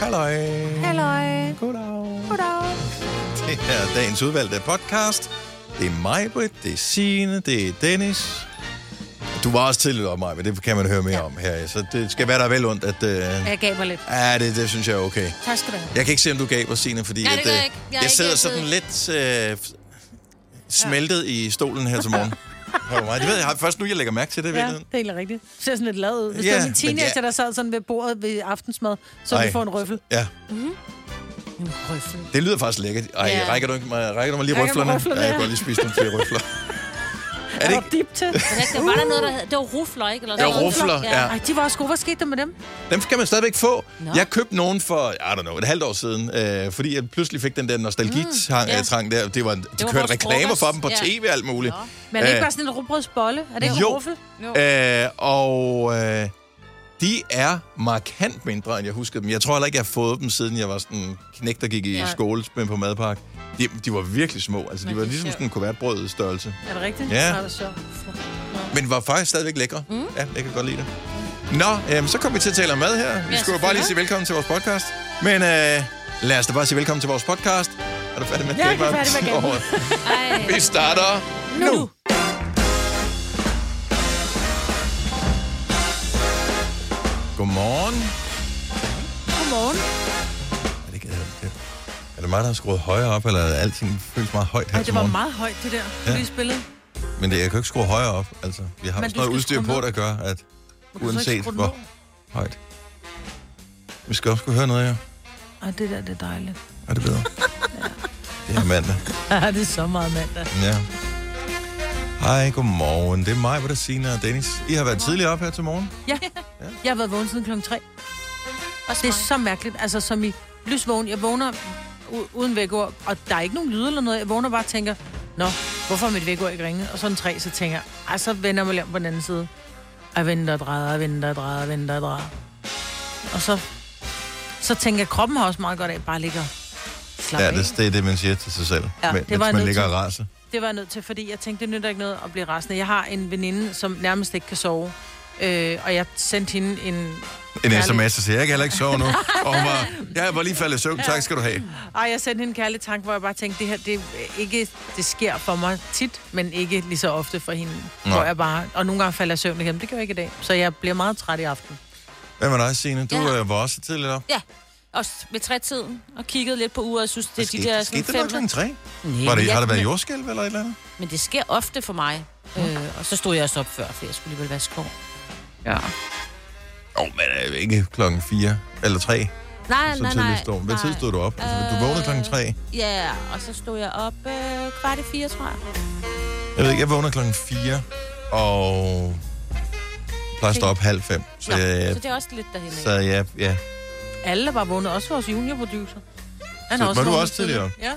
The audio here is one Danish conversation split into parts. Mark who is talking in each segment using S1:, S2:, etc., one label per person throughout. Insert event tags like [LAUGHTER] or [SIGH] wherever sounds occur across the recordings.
S1: Halløj.
S2: Halløj.
S1: Goddag.
S2: Goddag.
S1: Det er dagens udvalgte podcast. Det er mig, Britt, det er Signe, det er Dennis. Du var også tidligere mig, men det kan man høre mere ja. om her. Så det skal være der vel ondt, at... Øh...
S2: Jeg gaber lidt.
S1: Ja, det, det synes jeg er okay.
S2: Tak skal du have.
S1: Jeg kan ikke se, om du gaber, Signe, fordi
S2: Nej, det
S1: at,
S2: gør
S1: øh,
S2: jeg ikke. Jeg er
S1: jeg sidder
S2: ikke
S1: sådan lidt øh, smeltet i stolen her til
S2: [LAUGHS]
S1: morgen. Hør du mig? Det ved jeg først nu, jeg lægger mærke til det.
S3: Ja,
S1: Ja.
S3: det er helt rigtigt. Det ser sådan lidt lavet ud. Hvis
S1: Ja,
S3: det var
S1: men
S3: min teenager,
S1: ja.
S3: der sad sådan ved bordet ved aftensmad, så
S1: Ej.
S3: vi får en røffel.
S1: ja.
S3: Mhm. En røffel.
S1: Det lyder faktisk lækkert. Ej,
S3: Ja.
S1: ja. rækker, du ikke mig, rækker du mig lige
S3: Rækker mig
S1: røflerne?
S3: røflerne,
S1: Ja, jeg
S3: ja.
S1: kan godt lige spise nogle flere røfler. er det ikke?
S3: Dip til.
S4: Det var der noget, der hed... Det var rufler, ikke? Eller
S1: Ja,
S4: sådan noget.
S1: rufler, ja.
S3: Ej, de var også gode. Hvad skete der med dem?
S1: Dem kan man stadigvæk få.
S3: Nå.
S1: Jeg købte nogen for, I don't know, et halvt år siden, øh, fordi jeg pludselig fik den der nostalgitrang
S3: Mm,
S1: mm,
S3: ja.
S1: yeah. trang der. Det
S3: var
S1: var, de det
S3: vores
S1: kørte reklamer
S3: frokost,
S1: for dem på
S3: ja.
S1: tv og alt muligt.
S3: Men er det ikke
S1: Øh,
S3: bare sådan en rugbrødsbolle? Er det ikke
S1: Jo.
S3: en røffel?
S1: Øh, og øh, de er markant mindre, end jeg huskede dem. Jeg tror heller ikke, jeg har fået dem, siden jeg var sådan en knæk, der gik i
S3: Nej.
S1: skole men på madpakke. De, de var virkelig små. Altså, de var ligesom sådan en kuvertbrød størrelse.
S3: Er det rigtigt?
S1: Ja.
S3: Nå, det er sjovt.
S1: Men var faktisk stadigvæk lækre. Mm. Ja, jeg kan godt lide det. Nå, øh, så kom vi til at tale om mad her. Vi
S3: Ja,
S1: skulle jo bare
S3: selvfølgelig.
S1: lige sige velkommen til vores podcast. Men øh, lad os da bare sige velkommen til vores podcast. Er du færdig med
S3: Ja,
S1: det?
S3: jeg er færdig med at
S1: med [LAUGHS] Vi starter nu. Godmorgen.
S3: Godmorgen.
S1: Er det mig, der har skruet højere op, eller er alting føles meget højt her
S3: Ej,
S1: til
S3: det var
S1: morgen?
S3: meget højt, det der, du
S1: Ja.
S3: lige spillede.
S1: Men det, jeg kan jo ikke skrue højere op. Altså, vi har
S3: Men
S1: jo
S3: du
S1: sådan noget
S3: skal
S1: udstyr
S3: skrue
S1: på,
S3: ned.
S1: der gør, at
S3: Må du så ikke
S1: uanset
S3: skrue den
S1: hvor højt. Vi skal også kunne høre noget, ja.
S3: Ej, det der, det er dejligt.
S1: Er det bedre? Det er mandag.
S3: [LAUGHS] Ja, det er så meget mandag.
S1: Ja. Hej, godmorgen. Det er mig, hvor der Signe og Dennis. I har været tidligere op her til morgen.
S3: Ja. Jeg har været vågen siden klokken 3. Og det er så mærkeligt. Altså, som i lysvågen. Jeg vågner u- uden vækord, og der er ikke nogen lyd eller noget. Jeg vågner bare og tænker, nå, hvorfor er mit vækord ikke ringet? Og sådan tre, så tænker jeg, ej, så vender man lige om på den anden side. Jeg venter og drejer, jeg venter og drejer, jeg venter og drejer. Og så, så tænker jeg, kroppen har også meget godt af bare ligger slap
S1: Ja,
S3: af.
S1: det, det er det, man siger til sig selv,
S3: Ja, det
S1: ja,
S3: var jeg
S1: mens man
S3: nødt
S1: ligger og
S3: til.
S1: raser.
S3: Det var jeg nødt til, fordi jeg tænkte, det nytter ikke noget at blive rasende. Jeg har en veninde, som nærmest ikke kan sove. Øh, og jeg sendte hende en...
S1: En
S3: kærlig-
S1: sms, der siger, jeg kan heller ikke
S3: [LAUGHS]
S1: sove nu. Og hun var, jeg var lige faldet i søvn, tak skal du have.
S3: Ej, jeg sendte hende en kærlig tanke, hvor jeg bare tænkte, det her, det, er ikke, det sker for mig tit, men ikke lige så ofte for hende.
S1: Nå.
S3: Hvor jeg bare, og nogle gange falder jeg i søvn igen, det gør jeg ikke i dag. Så jeg bliver meget træt i aften.
S1: Hvad med dig, Signe? Du
S4: Ja.
S1: ja. var også tidligere op.
S4: Ja, og s- ved trætiden, og kiggede lidt på uret, og synes, det er de
S1: Skete,
S4: der...
S1: det,
S4: sådan
S1: skete det nok
S4: fem-
S1: klokken tre?
S4: Nej,
S1: Var det,
S4: men
S1: har der været
S4: men-
S1: jordskælv eller et eller andet?
S4: Men det sker ofte for mig. Øh, og så stod jeg også op før, for jeg skulle alligevel vaske hår.
S1: Ja. Åh, oh, men øh, ikke klokken 4 eller 3,
S4: Nej,
S1: så
S4: nej,
S1: tidligt
S4: nej.
S1: stod. Hvad tid
S4: nej.
S1: stod du op? Altså, du vågnede klokken
S3: Øh,
S1: 3.
S4: Ja, og så stod jeg op øh, kvart i fire, tror jeg.
S1: Jeg ved ikke, jeg vågner klokken 4, og plejer at stå op halv fem. Så,
S3: Nå,
S1: jeg,
S3: så det er også lidt derhenad.
S1: Så jeg, ja.
S3: Alle er bare vågnet, også vores juniorproducer. Han
S1: Så
S3: er
S1: var du
S3: vågnet
S1: også tidligere?
S3: Ja.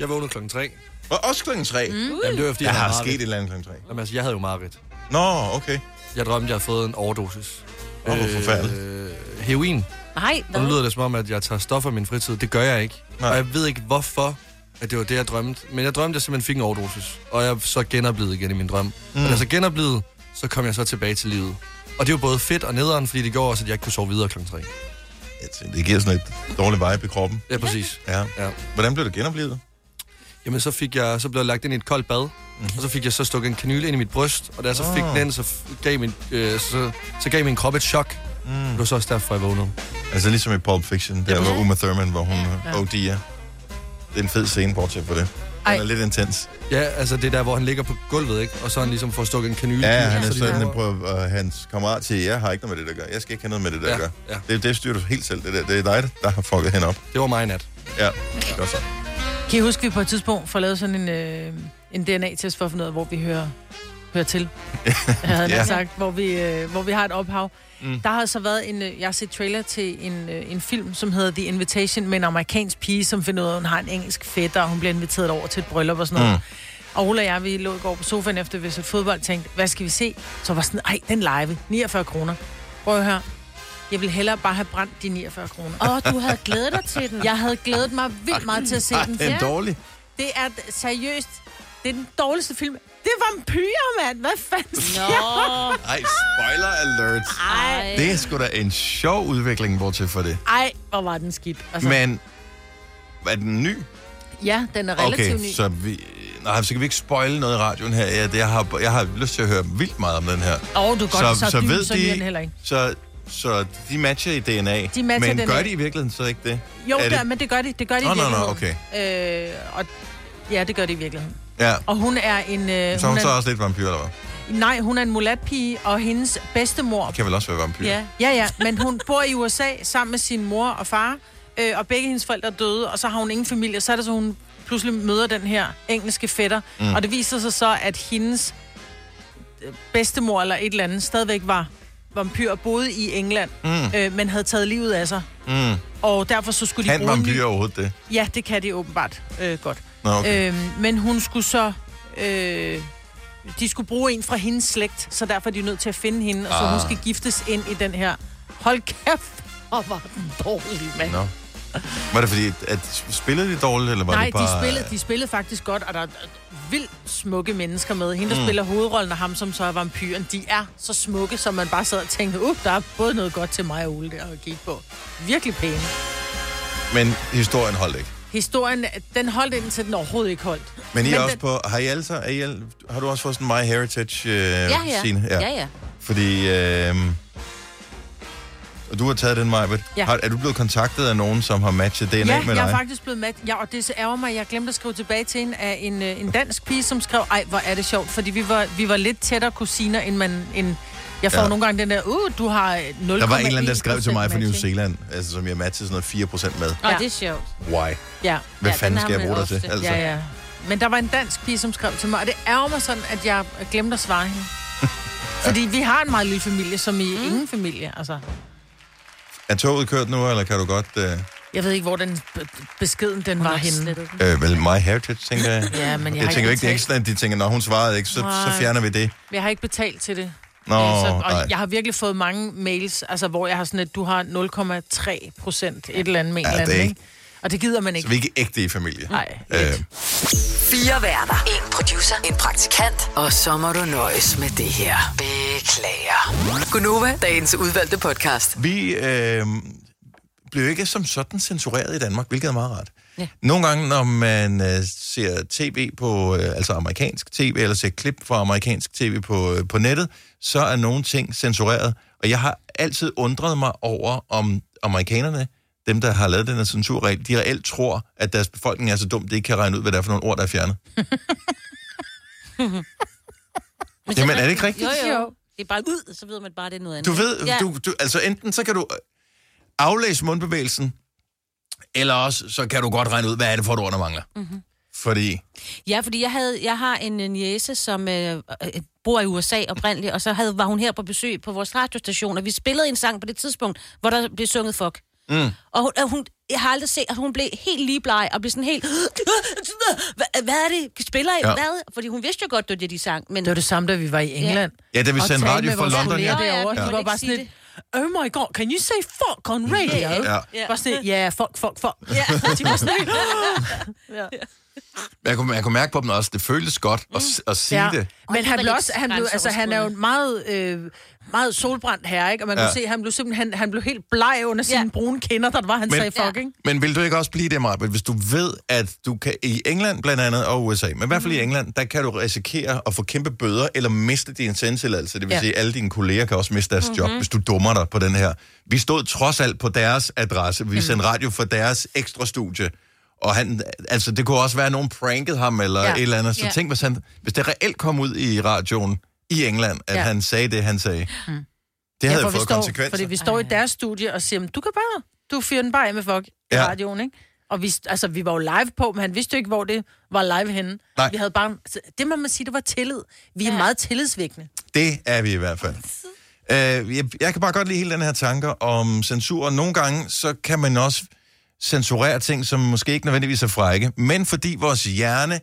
S5: Jeg vågnede klokken 3.
S1: Og også klokken 3?
S3: Mm.
S5: Jamen, det var, fordi
S1: Der
S5: jeg havde
S1: har sket
S5: mareridt.
S1: et eller andet klokken 3.
S5: Jamen, altså, jeg havde jo mareridt.
S1: Nå, okay.
S5: Jeg drømte, jeg havde fået en overdosis.
S1: Åh, hvor forfærdeligt.
S5: Øh, heroin.
S4: Nej,
S5: Og nu lyder det som om, at jeg tager stoffer i min fritid. Det gør jeg ikke. Nej. Og jeg ved ikke, hvorfor at det var det, jeg drømte. Men jeg drømte, at jeg simpelthen fik en overdosis. Og jeg så genoplevede igen i min drøm. Mm. Og da jeg så genoplevede, så kom jeg så tilbage til livet. Og det var både fedt og nederen, fordi det gjorde også, at jeg ikke kunne sove videre klokken 3.
S1: Jeg tænkte, det giver sådan et dårligt vibe i kroppen.
S5: Ja, præcis.
S1: Ja.
S5: ja.
S1: Hvordan blev det genoplevet?
S5: Jamen, så, fik jeg, så blev jeg lagt ind i et koldt bad, mm-hmm. og så fik jeg så stukket en kanyle ind i mit bryst, og da jeg så fik
S1: Mhm. Ah.
S5: den, så, f- gav min, øh, så, så gav min krop et chok. Mm. Det var så også derfor, jeg vågnede.
S1: Altså ligesom i Pulp Fiction, der var Uma Thurman, hvor hun ja. OD'er. Det er en fed scene, bortset fra det. Den er lidt intens.
S5: Ja, altså det der, hvor han ligger på gulvet, ikke? Og så han ligesom får stukket en kanyle.
S1: Ja,
S5: ind i
S1: han
S5: så
S1: er
S5: de
S1: sådan, øh,
S5: laver-
S1: at prøver, og hans kammerat siger, jeg har ikke noget med det, der gør. Jeg skal ikke have noget med det, der
S5: Ja,
S1: gør.
S5: ja.
S1: Det, det styrer du helt selv, det der. Det er dig, der har fucket hende op.
S5: Det var mig i nat.
S1: Ja, godt så.
S3: Kan I huske, at vi på et tidspunkt får lavet sådan en, øh, en DNA-test for at finde ud af, hvor vi hører, hører
S6: [LAUGHS]
S3: til? Jeg havde
S6: Ja.
S3: ja. sagt, hvor vi, øh, hvor vi har et ophav.
S6: Mm.
S3: Mm. Der har så været en, øh, jeg har set trailer til en, øh, en film, som hedder The Invitation, med en amerikansk pige, som finder ud af, at hun har en engelsk fætter, og hun bliver inviteret over til et bryllup og sådan noget.
S6: Mm.
S3: Mm. Og Ole og jeg, vi lå i går på sofaen efter, vi så fodbold, tænkte, hvad skal vi se? Så var sådan, ej, den live, 49 kroner. Prøv at høre. Jeg ville hellere bare have brændt de 49 kroner.
S4: Åh, du havde glædet dig til den.
S3: Jeg havde glædet mig vildt meget til at se
S1: Ej,
S3: den.
S1: den er
S3: Ja.
S1: dårlig.
S3: Det er d- seriøst Det er den dårligste film. Det er vampyrer, mand. Hvad fanden siger no.
S1: Ej, spoiler alert.
S3: Ej.
S1: Det er sgu da en sjov udvikling, bortset for det.
S3: Ej, hvor var den skidt. Altså,
S1: Men er den ny?
S3: ja, den er relativt
S1: Okay,
S3: ny.
S1: så vi... Nej, så kan vi ikke spoile noget i radioen her. Ja, det, jeg, har, jeg har lyst til at høre vildt meget om den her.
S3: Åh, oh, du er godt, så, så, dyb, så de... den heller ikke.
S1: Så, så de matcher i DNA.
S3: De matcher
S1: men
S3: i DNA.
S1: gør de i virkeligheden så ikke det?
S3: Jo,
S1: er
S3: det...
S1: det...
S3: Der, men det gør de. Det gør de
S1: Nå,
S3: i
S1: nå, nå,
S3: virkeligheden. Øh, og, ja, det gør de i virkeligheden.
S1: Ja.
S3: Og hun er en... Øh,
S1: Så hun
S3: er,
S1: så også lidt vampyr, eller hvad?
S3: Nej, hun er en mulatpige, og hendes bedstemor...
S1: Kan vel også være vampyr?
S3: Ja, ja, ja, men hun bor i USA sammen med sin mor og far, øh, og begge hendes forældre er døde, og så har hun ingen familie, og så er det så, hun pludselig møder den her engelske fætter,
S1: Mm.
S3: mm. og det viser sig så, at hendes øh, bedstemor eller et eller andet stadigvæk var vampyr og boede i England,
S1: Mm.
S3: mm. øh, men havde taget livet af sig,
S1: Mm.
S3: og derfor så skulle de
S1: Kan
S3: bruge en ny-
S1: vampyr overhovedet det?
S3: Ja, det kan de åbenbart øh, godt.
S1: Nå, okay.
S3: Øhm, men hun skulle så... Øh, de skulle bruge en fra hendes slægt, så derfor er de nødt til at finde hende, og så
S1: Ah.
S3: hun skal giftes ind i den her... Hold kæft, hvor var den dårlig, mand.
S1: Nå. Var det fordi, at- at spillede de dårligt, eller var
S3: Nej,
S1: det bare...
S3: de, spillede, de spillede faktisk godt, og der er vildt smukke mennesker med. Hende, der
S1: Mm.
S3: mm. spiller hovedrollen, og ham, som så er vampyren, de er så smukke, som man bare sad og tænkte, uh, der er både noget godt til mig og Ole der at kigge på. Virkelig pæne.
S1: Men historien holdt ikke.
S3: Historien, den holdt indtil den overhovedet ikke holdt.
S1: Men I er
S3: Men
S1: også
S3: den-
S1: på... Har, I alle, så- er I alle, har du også fået sådan en My Heritage øh,
S4: Ja, ja.
S1: scene?
S4: Ja, ja.
S1: Fordi... Øh, og du har taget den, Majbet.
S3: Ja.
S1: Har, er du blevet kontaktet af nogen, som har matchet DNA
S3: ja,
S1: med
S3: jeg
S1: dig?
S3: er faktisk blevet mat. Ja, og det så ærger mig. Jeg glemte at skrive tilbage til en af en, øh, en dansk pige, som skrev, ej, hvor er det sjovt, fordi vi var, vi var lidt tættere kusiner, end man... End jeg får
S1: Ja.
S3: ja. nogle gange den der, uh, du har 0,1
S1: Der var en eller anden, der skrev til mig fra New
S3: matching."
S1: Zealand, altså, som jeg matchede sådan noget 4% med.
S4: Nå,
S3: Ja.
S4: det er sjovt.
S1: Why?
S3: Ja.
S1: Hvad
S4: Ja,
S1: ja, fanden
S4: den har
S1: skal jeg
S4: man
S1: bruge dig til?
S4: ofte.
S1: Altså,
S3: ja, ja. Men der var en dansk pige, som skrev til mig, og det ærger mig sådan, at jeg glemte at svare
S1: [LAUGHS]
S3: hende. Fordi vi har en meget lille familie, som i mm. ingen familie, altså.
S1: Er toget kørt nu, eller kan du godt... Øh,
S3: Jeg ved ikke, hvor den b- beskeden, den var henne.
S1: øh, vel, My Heritage, tænker jeg.
S3: Ja, men jeg,
S1: Jeg
S3: har
S1: tænker jo
S3: ikke
S1: ikke, det er ikke
S3: betalt,
S1: sådan, at de tænker, når hun svarede ikke, så, så
S3: Nej.
S1: fjerner vi det.
S3: jeg har ikke betalt til det.
S1: Nå,
S3: Øh, så, og
S1: nej.
S3: jeg har virkelig fået mange mails, altså, hvor jeg har sådan, at du har 0,3 procent et eller andet med en
S1: Ja,
S3: eller
S1: det
S3: anden.
S1: er
S3: Ikke? Og det gider man
S1: Så
S3: ikke.
S1: vi er ikke ægte i familie.
S3: Nej.
S1: Øh,
S2: Fire værter. En producer. En praktikant. Og så må du nøjes med det her. Beklager. Gunova, dagens udvalgte podcast.
S1: vi øh, blev ikke som sådan censureret i Danmark, hvilket er meget rart. Ja. Nogle gange, når man øh, ser tv på, øh, altså amerikansk tv, eller ser klip fra amerikansk tv på, øh, på nettet, så er nogle ting censureret. Og jeg har altid undret mig over, om amerikanerne, dem der har lavet den her censurregel, de reelt tror, at deres befolkning er så dum, det ikke kan regne ud, hvad det er for nogle ord, der er fjernet.
S4: Men
S1: Jamen, er det ikke rigtigt?
S4: Jo, jo. Det er bare ud, så ved man bare, det er noget andet.
S1: Du ved, ja. du, du, altså enten så kan du øh, aflæse mundbevægelsen, eller også så kan du godt regne ud, hvad er det for et ord, der mangler.
S4: Mhm.
S1: Mm-hmm. Fordi,
S4: Ja, fordi jeg, havde, jeg har en øh, niece, som øh, øh, bor i USA oprindeligt, og så havde, var hun her på besøg på vores radiostation, og vi spillede en sang på det tidspunkt, hvor der blev sunget fuck.
S6: [LAUGHS]
S1: Mm.
S4: Og hun, og hun, jeg har aldrig set, at hun blev helt ligebleg, og blev sådan helt... [GASPS] Hvad, hvad er det? Spiller I?
S1: Ja.
S4: Ja. Hvad? Fordi hun vidste jo godt, det var det, de sang. Men
S3: Det var det samme, da vi var i England.
S1: ja, da vi
S3: Og
S1: sendte
S3: tale
S1: radio
S3: med
S1: fra
S3: vores
S1: London, ja.
S3: kolleger
S4: Ja,
S3: derovre,
S4: ja.
S3: de var bare
S4: Ikke
S3: sådan
S4: sige
S3: lidt, oh my god, can you say fuck on radio?
S1: Ja.
S4: Ja.
S3: Bare sådan lidt, yeah, fuck, fuck, fuck. [LAUGHS]
S4: Ja.
S3: De var sådan lidt,
S1: Jeg, kunne, jeg kunne mærke på dem også, det føltes godt at, s- at sige ja. det.
S3: Men
S4: det
S3: han
S4: var
S3: blev
S4: lidt
S3: også, han blev, altså han er jo en meget, øh, meget solbrændt herre, ikke? Og man
S1: Ja.
S3: kunne se, at han blev simpelthen, han, han blev helt bleg under sine
S4: Ja.
S3: brune kinder, der var, han
S1: Men-
S3: sagde fuck,
S4: Ja.
S3: ikke?
S1: Men vil du ikke også blive det, Marbet, hvis du ved, at du kan i England blandt andet, og USA, men i hvert
S3: Mhm.
S1: fald i England, der kan du risikere at få kæmpe bøder, eller miste din sendtilladelse. Det vil ja.
S3: Ja. Mhm.
S1: sige, at alle dine kolleger kan også miste deres mm-hmm. job, hvis du dummer dig på den her. Vi stod trods alt på deres adresse.
S3: Mhm.
S1: Vi sendte radio for deres ekstra studie. Og han, altså, det kunne også være, at nogen prankede ham, eller ja.
S3: Ja.
S1: et eller andet. Så ja.
S4: Ja.
S1: tænk, hvis, han, hvis det reelt kom ud i radioen i England, at ja.
S3: Ja. Mhm.
S1: han sagde det, han sagde. Mm. Det havde
S3: for
S1: ja,
S3: vi
S1: fået
S3: står,
S1: konsekvenser.
S3: Fordi vi står i deres studie og siger, "Men du kan bare, du fyrer den bare af med fuck i
S1: Ja.
S3: radioen, ikke? Og vi, altså, vi var jo live på, men han vidste jo ikke, hvor det var live henne.
S1: Nej.
S3: Vi havde bare, altså, det må man sige, det var tillid. Vi er
S4: Ja.
S3: meget tillidsvækkende.
S1: Det er vi i hvert fald. Øh, jeg, jeg kan bare godt lide hele den her tanke om censur. Nogle gange, så kan man også censurere ting, som måske ikke nødvendigvis er frække, men fordi vores hjerne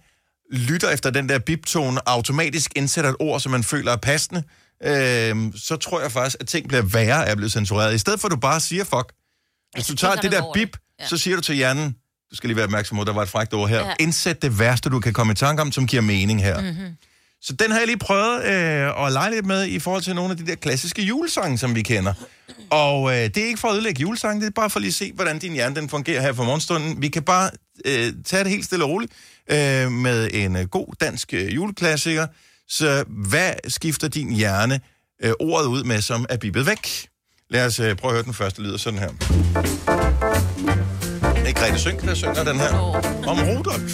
S1: lytter efter den der biptone, automatisk indsætter et ord, som man føler er passende, øh, så tror jeg faktisk, at ting bliver værre af at blive censureret. I stedet for, at du bare siger fuck. Hvis
S4: så
S1: du tager
S4: Altså, tænker
S1: det
S4: man
S1: der
S4: over det.
S1: bip, så siger du til hjernen, du skal lige være opmærksom på, at der var et frækt ord her.
S6: Ja.
S1: Ja. Indsæt det værste, du kan komme i tanke om, som giver mening her. Mm.
S6: Mm-hmm.
S1: Så den har jeg lige prøvet øh, at lege lidt med i forhold til nogle af de der klassiske julesange, som vi kender. Og øh, det er ikke for at ødelægge julesangen, det er bare for lige at se, hvordan din hjerne den fungerer her for morgenstunden. Vi kan bare øh, tage det helt stille og roligt øh, med en øh, god dansk øh, juleklassiker. Så hvad skifter din hjerne øh, ordet ud med, som er bippet væk? Lad os øh, prøve at høre den første lyd sådan her. Det er Grete Sønk, der synger den her. Om Rudolf.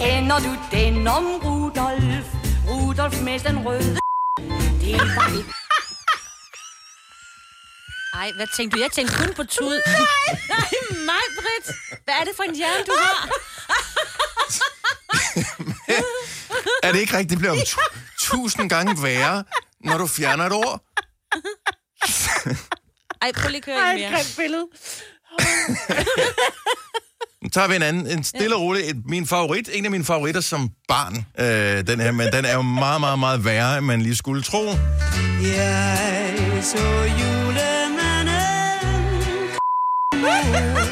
S7: Kender du den om Rudolf? Rudolf med den røde... Det var ikke...
S4: Ej, hvad tænkte du? Jeg tænkte kun på tud.
S3: [LAUGHS]
S4: nej, nej, mig, Britt. Hvad er det for en hjerne, du har?
S3: [LAUGHS]
S1: Er det ikke rigtigt? Det bliver jo tu- tusind gange værre, når du fjerner et ord.
S4: Ej, prøv lige at køre Ej, mere. Ej, et billede.
S1: Nu tager vi en anden. En stille og rolig. Et, min favorit, en af mine favoritter som barn. Øh, den her, men den er jo meget, meget, meget værre, end man lige skulle tro.
S6: Jeg så julemanden komme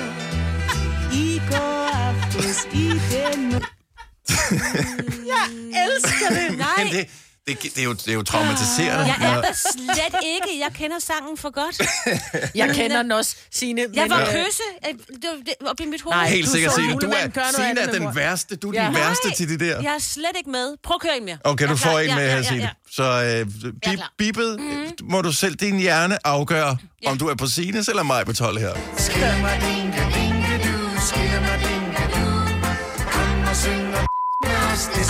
S6: i går aftes i den Jeg elsker det.
S1: Men det, det, det, er jo, det er jo traumatiserende.
S4: Jeg er
S1: når-
S4: der slet ikke. Jeg kender sangen for godt.
S3: [LAUGHS] Jeg kender den også, Signe.
S4: Jeg
S3: men,
S4: var
S3: øh,
S4: kysse øh, det var- det- op i mit hoved.
S1: Nej, helt
S3: du
S1: sikkert,
S3: så
S1: Signe. Du
S3: julemanden gøre
S1: er,
S3: noget
S1: Signe er
S3: andet,
S1: den
S3: mor.
S1: værste. Du er
S3: Ja.
S1: den værste til det der.
S4: Jeg er slet ikke med. Prøv at køre en mere.
S1: Okay,
S4: Jeg
S1: du
S4: er
S1: får
S4: klar.
S1: en med her,
S4: ja, ja.
S1: Signe. Så øh, bip, bippet, må du selv, din hjerne afgøre, om du er på Sines eller mig på 12 her.
S3: [LAUGHS]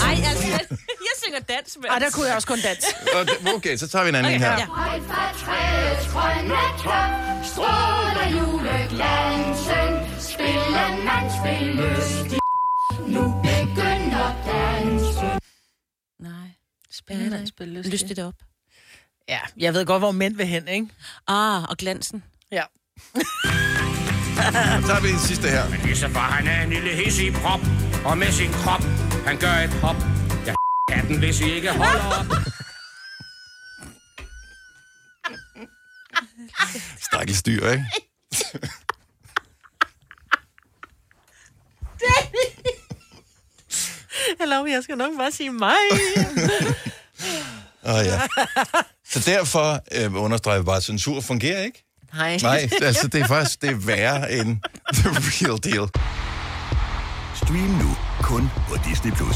S4: Ej, jeg, [LAUGHS] jeg synger dans med.
S3: Ej, der kunne jeg også kun dans.
S1: Og det- Okay, så tager vi en anden okay,
S3: Okay,
S1: her.
S3: ja.
S8: Højt fra træets grønne top stråler juleglansen. Spiller man spil lystig, nu begynder dansen.
S4: Nej. Spændende. Spændende. Lyst det op.
S3: Ja, jeg ved godt, hvor mænd vil hen, ikke?
S4: Ah, og glansen. [LAUGHS]
S3: Ja.
S1: [LAUGHS] Så tager vi den sidste her.
S9: Men det er så for, han er en lille hisse i prop, og med sin krop, han gør et hop. Jeg er den, hvis I ikke holder op.
S1: Stakkels dyr, ikke?
S3: Hello, jeg skal nok bare sige mig.
S1: Åh, ja. Så derfor øh, understreger vi bare, at censur fungerer ikke.
S3: [LAUGHS] Nej.
S1: Nej, altså det er
S3: [LAUGHS]
S1: faktisk det er værre end the real deal.
S10: Stream nu kun på Disney+. Plus.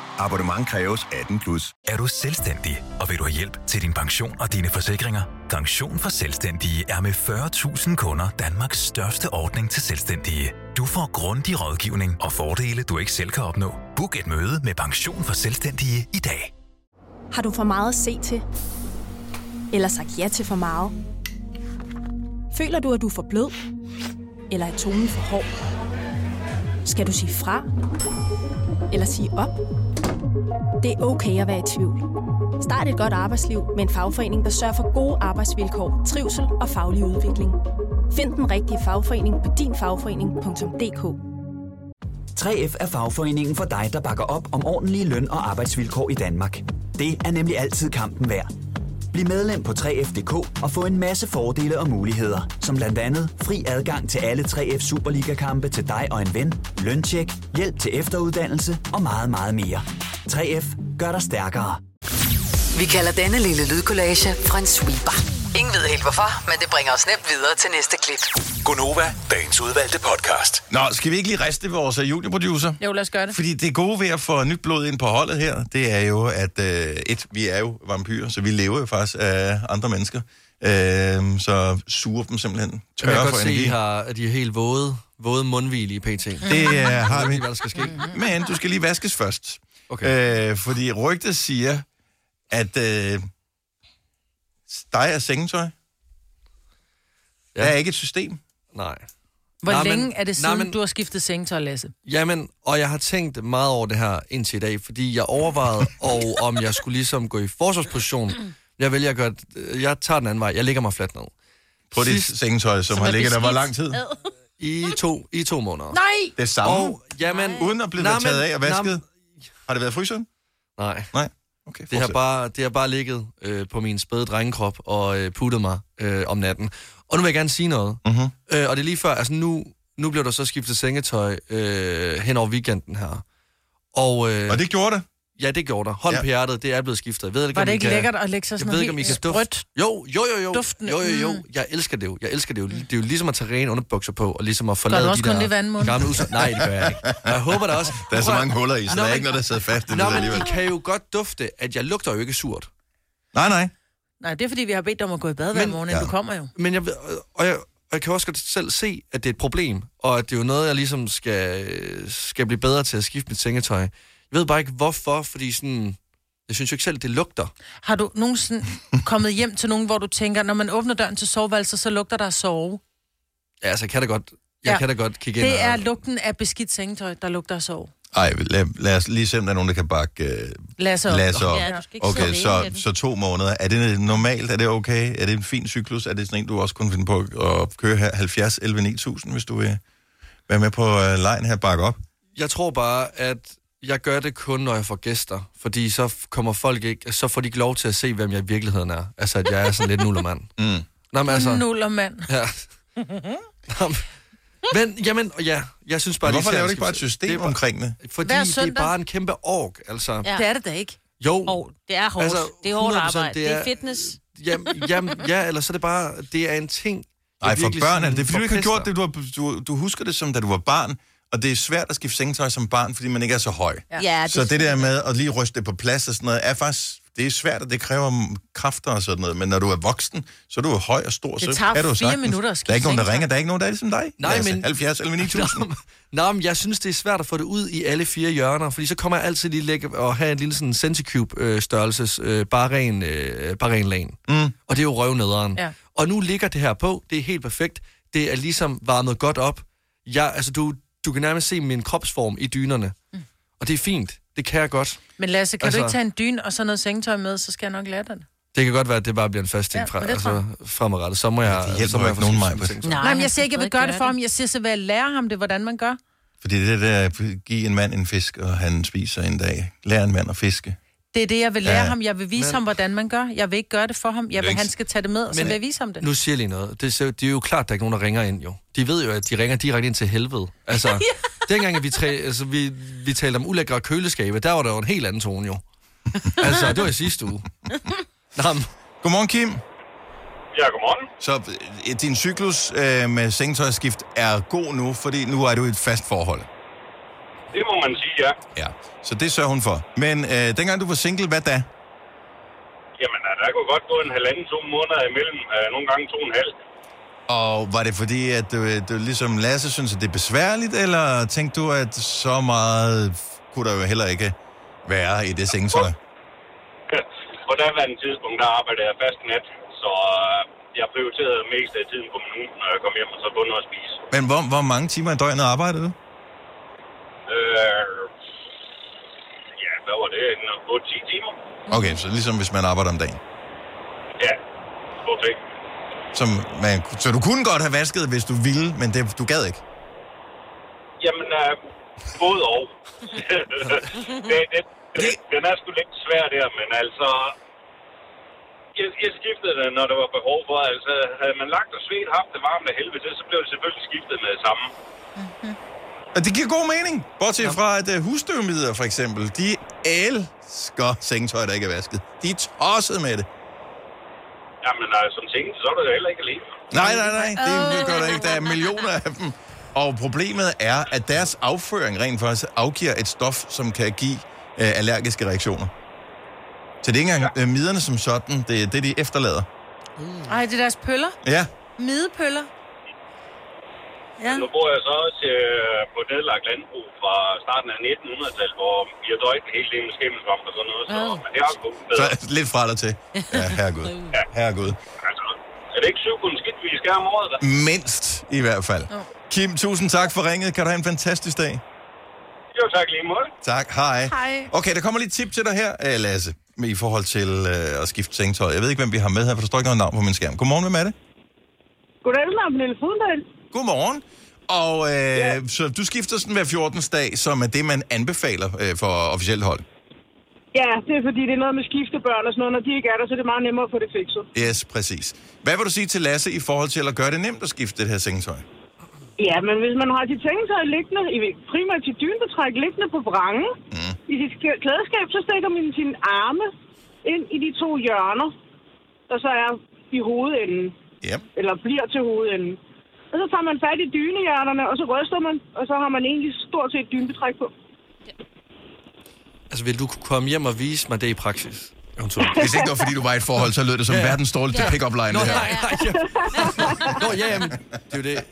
S10: Abonnement kræves 18 plus.
S11: Er du selvstændig, og vil du have hjælp til din pension og dine forsikringer? Pension for Selvstændige er med 40.000 kunder Danmarks største ordning til selvstændige. Du får grundig rådgivning og fordele, du ikke selv kan opnå. Book et møde med Pension for Selvstændige i dag.
S12: Har du for meget at se til? Eller sagt ja til for meget? Føler du, at du er for blød? Eller er tonen for hård? Skal du sige fra? Eller sige op? Det er okay at være i tvivl. Start et godt arbejdsliv med en fagforening, der sørger for gode arbejdsvilkår, trivsel og faglig udvikling. Find den rigtige fagforening på dinfagforening.dk.
S13: 3F er fagforeningen for dig, der bakker op om ordentlige løn- og arbejdsvilkår i Danmark. Det er nemlig altid kampen værd. Bliv medlem på 3F.dk og få en masse fordele og muligheder, som blandt andet fri adgang til alle 3F Superliga-kampe til dig og en ven, løntjek, hjælp til efteruddannelse og meget, meget mere. 3F gør dig stærkere.
S2: Vi kalder denne lille lydkollage en sweeper. Ingen ved helt hvorfor, men det bringer os nemt videre til næste klip.
S11: Gonova, dagens udvalgte podcast.
S1: Nå, skal vi ikke lige riste vores øh, juniorproducer?
S3: Jo, lad os gøre det.
S1: Fordi det gode ved at få nyt blod ind på holdet her, det er jo, at øh, et, vi er jo vampyrer, så vi lever jo faktisk af andre mennesker. Øh, så suger dem simpelthen
S5: Jeg kan
S1: tørre for
S5: godt se,
S1: energi.
S5: I har, at I er helt våde, våde mundhvile i PT.
S1: Det øh, har vi.
S5: Hvad der skal ske.
S1: Men du skal lige vaskes først. Okay. Øh, fordi rygtet siger, at øh, dig er sengetøj. Ja. Der er ikke et system.
S5: Nej.
S3: Hvor
S5: Nej,
S3: nej,
S5: men-
S3: længe er det
S5: nej,
S3: siden, nej,
S5: men-
S3: du har skiftet sengetøj, Lasse?
S5: Jamen, og jeg har tænkt meget over det her indtil i dag, fordi jeg
S1: [LAUGHS]
S5: overvejede, og om jeg skulle ligesom gå i forsvarsposition. Jeg vælger at gøre, jeg tager den anden vej, jeg ligger mig fladt ned.
S1: På dit sengetøj, som, som har ligget der hvor lang tid?
S5: I to, i to måneder.
S4: Nej!
S1: Det samme?
S5: Og, jamen,
S1: Uden at blive
S5: nej,
S1: nej, taget
S5: men-
S1: af og
S5: nej,
S1: vasket? har det været fryseren?
S5: Nej.
S1: Nej. Okay,
S5: det har
S1: fortsæt.
S5: bare, det har bare ligget øh, på min spæde drengekrop og øh, puttet mig øh, om natten. Og nu vil jeg gerne sige noget.
S1: Mm-hmm.
S5: Øh, og det er lige før, altså nu, nu blev der så skiftet sengetøj øh, hen over weekenden her. Og, øh,
S1: og det gjorde det?
S5: Ja, det gjorde der. Hold ja. på hjertet, det er blevet skiftet. Jeg ved ikke,
S3: Var
S5: om
S3: det
S5: I
S3: ikke
S5: kan,
S3: lækkert at lægge sig sådan
S5: jeg ved
S3: noget
S5: ikke, om I kan
S3: helt
S5: dufte.
S3: sprødt?
S5: Jo, jo, jo, jo.
S3: Duftende.
S5: Jo, jo, jo.
S3: Mm.
S5: Jeg elsker det jo. Jeg elsker det jo. Det er jo ligesom at tage rene underbukser på, og ligesom at
S3: Gør
S5: forlade
S3: du også
S5: de
S3: kun
S5: der
S3: lidt vandmund?
S5: gamle user. Nej, det gør jeg ikke. Og Jeg håber da også.
S1: [LAUGHS] Der er så
S5: Prøv-
S1: mange huller i, så
S5: Nå,
S1: der er
S5: men-
S1: ikke noget, der sidder fast. Det
S5: Nå,
S1: ved
S5: men
S1: alligevel.
S5: I kan jo godt dufte, at jeg lugter jo ikke surt.
S1: Nej, nej.
S3: Nej, det er fordi, vi har bedt dig om at gå i bad hver
S5: Men-
S3: morgen, inden du kommer jo.
S5: Men jeg, ved- og jeg, og jeg kan også godt selv se, at det er et problem, og at det er jo noget, jeg ligesom skal, skal blive bedre til at skifte mit sengetøj. Jeg ved bare ikke, hvorfor, fordi sådan... Jeg synes jo ikke selv, det lugter.
S3: Har du
S5: [LAUGHS]
S3: nogensinde kommet hjem til nogen, hvor du tænker, når man åbner døren til soveværelset, så lugter der af sove?
S5: Ja, altså, jeg kan da godt, jeg
S3: Ja.
S5: ja. kan da godt kigge ind
S3: Det
S5: og-
S3: er lugten af beskidt sengetøj, der lugter af sove.
S1: Ej, lad, lad os lige se, om der er nogen, der kan bakke øh,
S3: Lasse op.
S1: Lasse op.
S3: Ja, du skal ikke
S1: okay,
S3: sidde alene
S1: så,
S3: med den.
S1: så to måneder. Er det normalt? Er det okay? Er det en fin cyklus? Er det sådan en, du også kunne finde på at køre her 70, 11, 9000, hvis du vil være med på øh, lejen her, bakke op?
S5: Jeg tror bare, at jeg gør det kun, når jeg får gæster. Fordi så f- kommer folk ikke... Så får de ikke lov til at se, hvem jeg i virkeligheden er. Altså, at jeg er sådan lidt nullermand.
S1: Mm.
S5: Nå, men altså...
S3: Nuller mand. [LAUGHS]
S5: Ja. Nå, men- men, jamen, ja, jeg synes bare...
S1: Men hvorfor
S5: lige,
S1: laver du ikke bare et system omkring det?
S5: Fordi
S4: Hver
S5: det er
S4: søndag.
S5: bare en kæmpe ork, altså.
S4: Ja.
S3: Det er det da ikke.
S5: Jo.
S4: Og det er hårdt. Altså, det er hårdt
S5: 100%,
S4: arbejde. Det er, det er fitness.
S5: Jamen, jamen, ja, eller så er det bare... Det er en ting... jeg
S1: Nej, for
S5: virkelig
S1: børn er
S5: sådan
S1: det, det er, fordi du ikke har
S5: forpester.
S1: gjort det. Du, har, du, du husker det som, da du var barn, og det er svært at skifte sengetøj som barn, fordi man ikke er så høj.
S4: Ja. Ja, det
S1: så det der med at lige ryste det på plads og sådan noget, er faktisk, det er svært, og det kræver m- kræfter og sådan noget. Men når du er voksen, så er du jo høj og stor,
S3: Det
S1: så
S3: tager
S1: kan du jo
S3: fire
S1: sagtens.
S3: minutter at skifte
S1: Der er ikke nogen, der
S3: sengetøj.
S1: ringer. Der er ikke nogen, der er ligesom dig.
S5: Nej,
S1: Lasse.
S5: men-
S1: 70 11 9000.
S5: [LAUGHS] Nå, men jeg synes, det er svært at få det ud i alle fire hjørner, fordi så kommer jeg altid lige lægge og have en lille sådan centicube-størrelses, øh, bare ren, øh, bare ren lan.
S1: Mm.
S5: Og det er jo røvnederen.
S1: Ja.
S5: Og nu ligger det her på, det er helt perfekt, det er ligesom varmet godt op. Jeg, altså, du, du kan nærmest se min kropsform i dynerne. Mm. Og det er fint, det kan jeg godt.
S3: [LAUGHS] Men Lasse, kan altså...
S5: Altså-
S3: du ikke tage en dyne og så noget sengetøj med, så skal jeg nok lade den.
S5: Det kan godt være, at det bare bliver en fast ting
S3: Ja,
S5: fra,
S3: men det tror
S5: altså, fremadrettet. Så må jeg...
S1: det hjælper
S5: så må
S1: jo
S5: jeg
S1: ikke
S5: få
S1: nogen
S5: sådan
S1: mig på
S5: ting.
S1: det.
S3: Nej, men jeg siger ikke, jeg vil
S4: han
S3: gøre
S4: kan
S3: det
S4: ikke
S3: for
S4: gøre
S3: ham. Jeg siger, så vil jeg lære ham det, hvordan man gør.
S1: Fordi det der, at give en mand en fisk, og han spiser en dag. Lær en mand at fiske.
S3: Det er det, jeg vil lære
S1: Ja,
S3: ja, ham. Jeg vil vise
S5: men-
S3: men... ham, hvordan man gør. Jeg vil ikke gøre det for ham. Jeg vil,
S5: ikke-
S3: han skal tage det med, og så
S5: Men-
S3: vil jeg vise ham det.
S5: Nu siger jeg lige noget. Det, er så- det er jo klart, der er ikke nogen, der ringer ind, jo. De ved jo, at de ringer direkte ind til helvede.
S3: [LAUGHS]
S5: Altså, ja. dengang at vi, tre, altså, vi, vi talte om ulækre køleskabe, der var der jo en helt anden tone, jo. Altså, det var i sidste uge. Nå, men-
S1: Godmorgen, Kim.
S14: Ja, godmorgen.
S1: Så øh, din cyklus øh, med sengetøjsskift er god nu, fordi nu er du i et fast forhold.
S14: Det må man sige, ja.
S1: Ja. Så det sørger hun for. Men øh, dengang du var single, hvad da?
S14: Jamen, øh, der kunne godt gå en halvanden, to måneder imellem. øh, Nogle gange to og en halv.
S1: Og var det fordi, at du, du ligesom Lasse synes, at det er besværligt, eller tænkte du, at så meget kunne der jo heller ikke være i det sengetøj?
S14: På daværende tidspunkt, der arbejdede jeg fast nat, så øh, jeg prioriterede mest af tiden på min hund, når jeg kom hjem og så bundet og spise.
S1: Men hvor, hvor mange timer i døgnet arbejdede du?
S14: Øh, ja, hvad var det? En 8-10 timer?
S1: Okay, så ligesom hvis man arbejder om dagen.
S14: Ja, stort set.
S1: Som man, så du kunne godt have vasket, hvis du ville, men det, du gad ikke.
S14: Jamen, øh, både
S1: [LAUGHS]
S14: og. det, det, det, den er sgu lidt svær der, men altså... Jeg, jeg skiftede det, når der var behov for. Altså, havde man lagt og svedt haft det varmt af helvede til, så blev det selvfølgelig skiftet med det samme.
S1: Og det giver god mening. Bortset fra, at øh, husstøvmider for eksempel, de elsker sengetøj, der ikke er vasket. De er tosset med det.
S14: Jamen, øh, som tænkte, så er du jo heller ikke alene.
S1: Nej, nej, nej, det gør der ikke. Der er millioner af dem. Og problemet er, at deres afføring rent faktisk afgiver et stof, som kan give øh, allergiske reaktioner. Så det er ikke engang øh, miderne som sådan, det er det, de efterlader.
S3: Mm. Ej, det er deres pøller.
S1: Ja,
S3: Midepøller. Ja.
S14: Nu bor jeg så også øh, på et nedlagt landbrug fra starten af 1900-tallet, hvor vi har døjt en hel del med skimmelsvamp og sådan noget. Så,
S1: Åh.
S14: men det har gået bedre.
S1: så lidt fra dig til. Ja, herregud. Herregud.
S14: Er det ikke syv kunskid, vi skal have om året, da?
S1: Mm. Mindst i hvert fald. Kim, tusind tak for ringet. Kan du have en fantastisk dag.
S14: Jo, tak lige måde.
S1: Tak, hej.
S14: Hej.
S1: Okay, der kommer lige et tip til dig her, øh, Lasse, i forhold til øh, at skifte sengetøj. Jeg ved ikke, hvem vi har med her, for der står ikke noget navn på min skærm. Godmorgen, hvem er det?
S15: Goddag, med Pernille Fudendahl.
S1: Godmorgen. Og øh, ja. så du skifter sådan hver 14. dag, som er det, man anbefaler øh, for officielt hold.
S15: Ja, det er fordi, det er noget med skiftebørn og sådan noget. Når de ikke er der, så er det meget nemmere at få det fikset.
S1: Yes, præcis. Hvad vil du sige til Lasse i forhold til at gøre det nemt at skifte det her sengetøj?
S15: Ja, men hvis man har sit sengetøj liggende, i- primært sit dynbetræk liggende på vrangen, mm. i sit sk- klædeskab, så stikker man sine arme ind i de to hjørner, der så er i hovedenden.
S1: Yep.
S15: Eller bliver til hovedenden. Og så tager man fat i dynehjørnerne, og så ryster man, og så har man egentlig stort set dynebetræk på.
S5: Altså, vil du kunne komme hjem og vise mig det i praksis?
S1: Hvis ikke det var, fordi du var i et forhold, så lød det som verdens dårligste pick-up line,
S5: Nå,
S1: det her.
S5: nej, nej, ja. Nå, ja, jamen, det er jo det.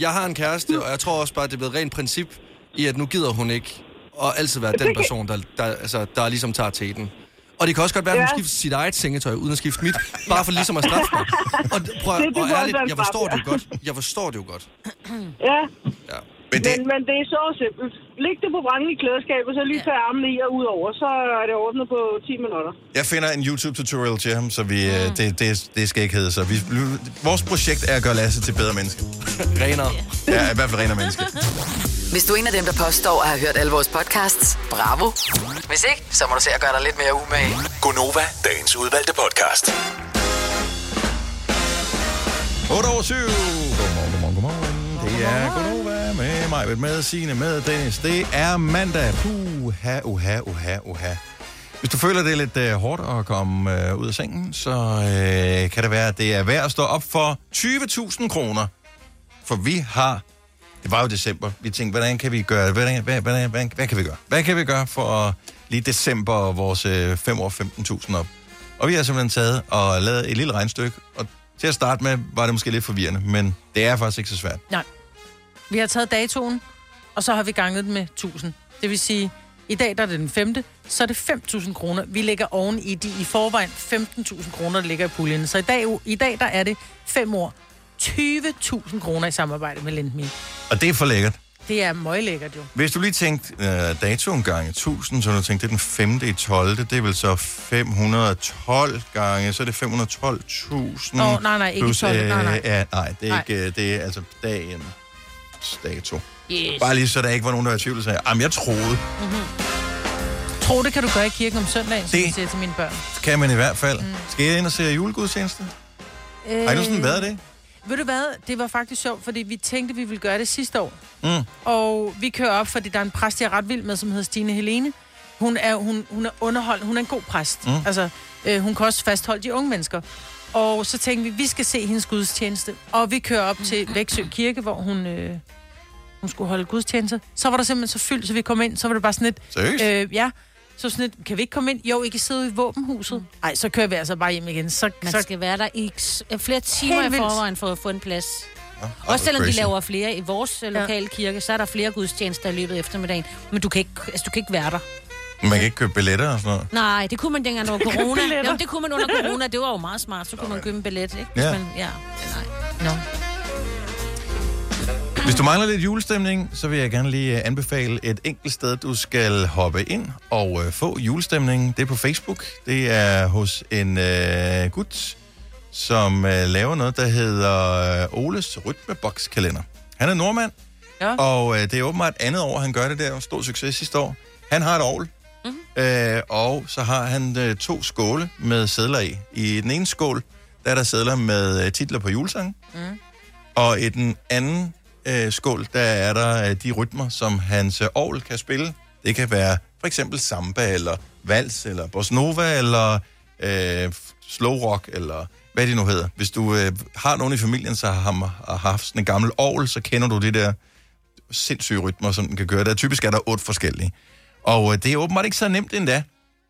S5: Jeg har en kæreste, og jeg tror også bare, det er blevet rent princip i, at nu gider hun ikke og altid være den person, der, der, altså, der ligesom tager teten. Og det kan også godt være, at hun
S15: Ja.
S5: skifter sit eget sengetøj, uden at skifte mit, bare for ligesom at straffe mig. Og, prøv,
S15: Det- det
S5: og
S15: kunne også
S5: ærligt,
S15: være en
S5: jeg forstår det
S15: straf,
S5: jo godt. Jeg forstår det jo godt.
S15: Ja.
S5: Ja.
S1: Men
S15: det... Men, men det er så simpelt. Læg det på vrangen i klædeskabet, så lige tage armene i og ud over, så er det ordnet på 10 minutter.
S1: Jeg finder en YouTube-tutorial til ham, så vi, mm. det, det, det skal ikke hedde sig. Vi, vores projekt er at gøre Lasse til bedre [LAUGHS] menneske.
S5: renere.
S1: Ja, i hvert fald renere menneske.
S2: Hvis du er en af dem, der påstår at have hørt alle vores podcasts, bravo. Hvis ikke, så må du se at gøre dig lidt mere umage.
S11: Gonova, dagens udvalgte podcast.
S1: 8 over 7. Godmorgen, godmorgen, godmorgen. Det er Godnova med mig, med Signe, med Dennis. Det er mandag. Uha, uha, uha, uha. Hvis du føler, det er lidt øh, hårdt at komme øh, ud af sengen, så øh, kan det være, at det er værd at stå op for 20.000 kroner. For vi har... Det var jo december. Vi tænkte, hvordan kan vi gøre det? Hvordan, hvad, hvordan, hvad, hvad kan vi gøre? Hvad kan vi gøre for at lige december vores øh, 5 år 15.000 op? Og vi har simpelthen taget og lavet et lille regnstykke. Og til at starte med var det måske lidt forvirrende, men det er faktisk ikke så svært.
S3: Nej. Vi har taget datoen, og så har vi ganget den med 1000. Det vil sige, i dag der er det den 5., så er det 5.000 kroner. Vi lægger oven i de i forvejen 15.000 kroner, der ligger i puljen. Så i dag, i dag der er det 5 år. 20.000 kroner i samarbejde med Lendme.
S1: Og det er for lækkert.
S3: Det er møglækkert jo.
S1: Hvis du lige tænkte øh, datoen gange 1000, så har du tænkt, det er den 5. i 12. Det er vel så 512 gange, så er det 512.000.
S3: Nå, nej, nej, ikke 12, nej, nej.
S1: øh, Ja, nej, det er,
S3: Nej.
S1: Ikke, øh, det er altså dagen dato.
S3: Yes.
S1: Bare lige så der ikke var nogen, der var i tvivl, så jeg, jamen jeg troede.
S3: Mm-hmm. Tro, det kan du gøre i kirken om søndagen, som
S1: Det-
S3: jeg siger til mine børn.
S1: Kan man i hvert fald. Mm. Skal jeg ind og se julegudstjeneste? Øh... Har I nu sådan været det?
S3: Ved du hvad? Det var faktisk sjovt, fordi vi tænkte, vi ville gøre det sidste år.
S1: Mm.
S3: Og vi kører op, fordi der er en præst, jeg er ret vild med, som hedder Stine Helene. Hun er, hun, hun er underhold, hun er en god præst.
S16: Mm.
S3: Mm. Altså, øh, hun kan også fastholde de unge mennesker. Og så tænkte vi, vi skal se hendes gudstjeneste. Og vi kører op til Vægtsø Kirke, hvor hun, øh, hun skulle holde gudstjeneste. Så var der simpelthen så fyldt, så vi kom ind, så var det bare sådan lidt...
S1: Seriøst?
S3: Øh, ja. Så sådan lidt, kan vi ikke komme ind? Jo, I kan sidde i våbenhuset. Nej, så kører vi altså bare hjem igen. Så,
S4: Man
S3: så...
S4: skal være der i s- flere timer
S3: Helt
S4: i
S3: vildt.
S4: forvejen for at få en plads.
S1: Ja,
S4: Også selvom de laver flere i vores ja. lokale kirke, så er der flere gudstjenester i løbet af eftermiddagen. Men du kan ikke, altså, du kan ikke være der.
S1: Man kan ikke købe billetter og sådan noget.
S4: Nej, det kunne man dengang
S3: [LAUGHS]
S4: under
S3: Købe
S4: corona.
S3: billetter.
S4: Jamen, det kunne man under corona. Det var jo meget smart. Så kunne man købe en billet, ikke? Hvis
S1: Ja.
S4: Man, ja.
S1: Hvis du mangler lidt julestemning, så vil jeg gerne lige øh, anbefale et enkelt sted, du skal hoppe ind og øh, få julestemning. Det er på Facebook. Det er hos en øh, gut, som øh, laver noget, der hedder øh, Oles Rytmebokskalender. Han er nordmand,
S3: ja.
S1: og øh, det er åbenbart andet år, han gør det der. Stor succes sidste år. Han har et ovl, mm-hmm. øh, og så har han øh, to skåle med sædler i. I den ene skål, der er der sædler med øh, titler på julesange.
S8: Mm.
S1: Og i den anden øh, skål, der er der øh, de rytmer, som hans øh, orgel kan spille. Det kan være for eksempel samba, eller vals, eller bosnova, eller øh, slow rock, eller hvad det nu hedder. Hvis du øh, har nogen i familien, så har, har haft sådan en gammel orgel, så kender du det der sindssyge rytmer, som den kan gøre. Der typisk er der otte forskellige. Og øh, det er åbenbart ikke så nemt endda.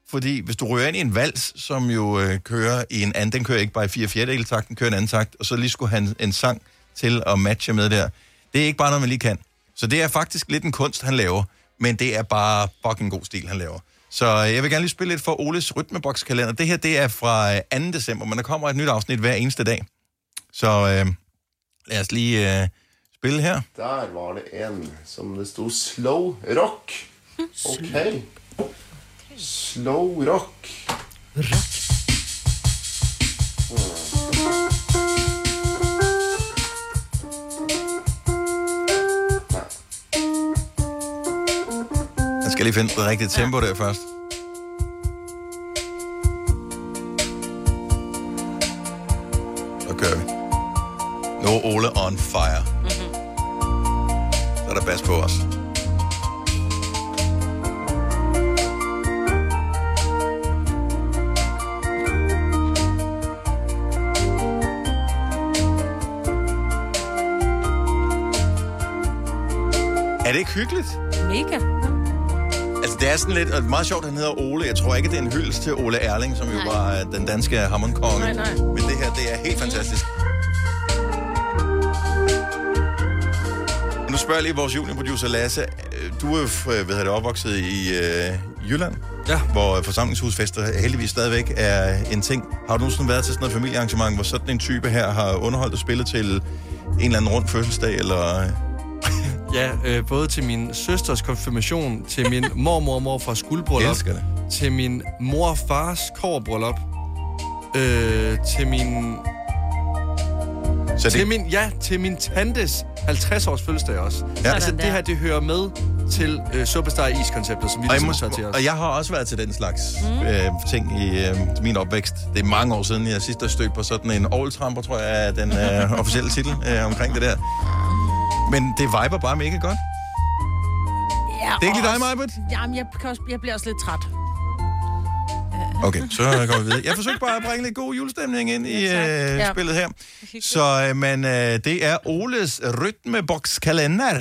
S1: Fordi hvis du rører ind i en vals, som jo øh, kører i en anden, den kører ikke bare i 4 fjerdedel takt, den kører en anden takt, og så lige skulle han en sang til at matche med der. Det er ikke bare noget, man lige kan. Så det er faktisk lidt en kunst, han laver, men det er bare fucking god stil, han laver. Så øh, jeg vil gerne lige spille lidt for Oles rytmebokskalender. Det her, det er fra øh, 2. december, men der kommer et nyt afsnit hver eneste dag. Så øh, lad os lige øh, spille her.
S16: Der var det en som det stod slow rock. Ok. Slow rock.
S1: Jeg skal lige finde det rigtige tempo der først. Så kører vi. Nu er Ole on fire. Så er der bas på os. Er det ikke hyggeligt?
S3: Mega.
S1: Altså, det er sådan lidt, og det er meget sjovt, at han hedder Ole. Jeg tror ikke, det er en hyldest til Ole Erling, som jo
S3: Nej.
S1: var øh, den danske hammondkonge.
S3: Nej, nej.
S1: Men det her, det er helt fantastisk. Nu spørger jeg lige vores juniorproducer Lasse. Øh, Du er jo f- øh, hvad hedder det, opvokset i øh, Jylland, ja. hvor øh, forsamlingshusfester heldigvis stadigvæk er en ting. Har du nogensinde været til sådan noget familiearrangement, hvor sådan en type her har underholdt og spillet til en eller anden rund fødselsdag, eller... øh,
S5: Ja, øh, både til min søsters konfirmation, til
S1: [LAUGHS]
S5: min mormor og morfars
S1: Jeg
S5: guldbryllup,
S1: elsker det.
S5: til min mor og fars kårbryllup, øh, til min...
S1: Så det-
S5: Til min, ja, til min tantes 50-års fødselsdag også.
S1: Ja.
S5: Ja. Altså,
S1: Sådan
S5: det
S1: der.
S5: her, det hører med til øh, Superstar Is-konceptet, som vi
S1: Og jeg,
S5: ligesom
S1: må,
S5: tager til os.
S1: og jeg har også været til den slags
S5: Mm.
S1: mm. øh, ting i øh, min opvækst. Det er mange år siden, jeg sidst har stødt på sådan en åltramper, tror jeg, er den øh, [LAUGHS] officielle titel øh, omkring det der. Men det viber bare mega godt.
S3: Ja,
S1: Det er ikke lige dig,
S3: Majbert? Jamen, jeg, kan også, jeg bliver også lidt træt.
S1: Okay, så går vi videre. Jeg forsøgte bare at bringe lidt god julestemning ind i øh,
S3: Ja.
S1: spillet her. Så øh, men, øh, det er Oles rytmebokskalender.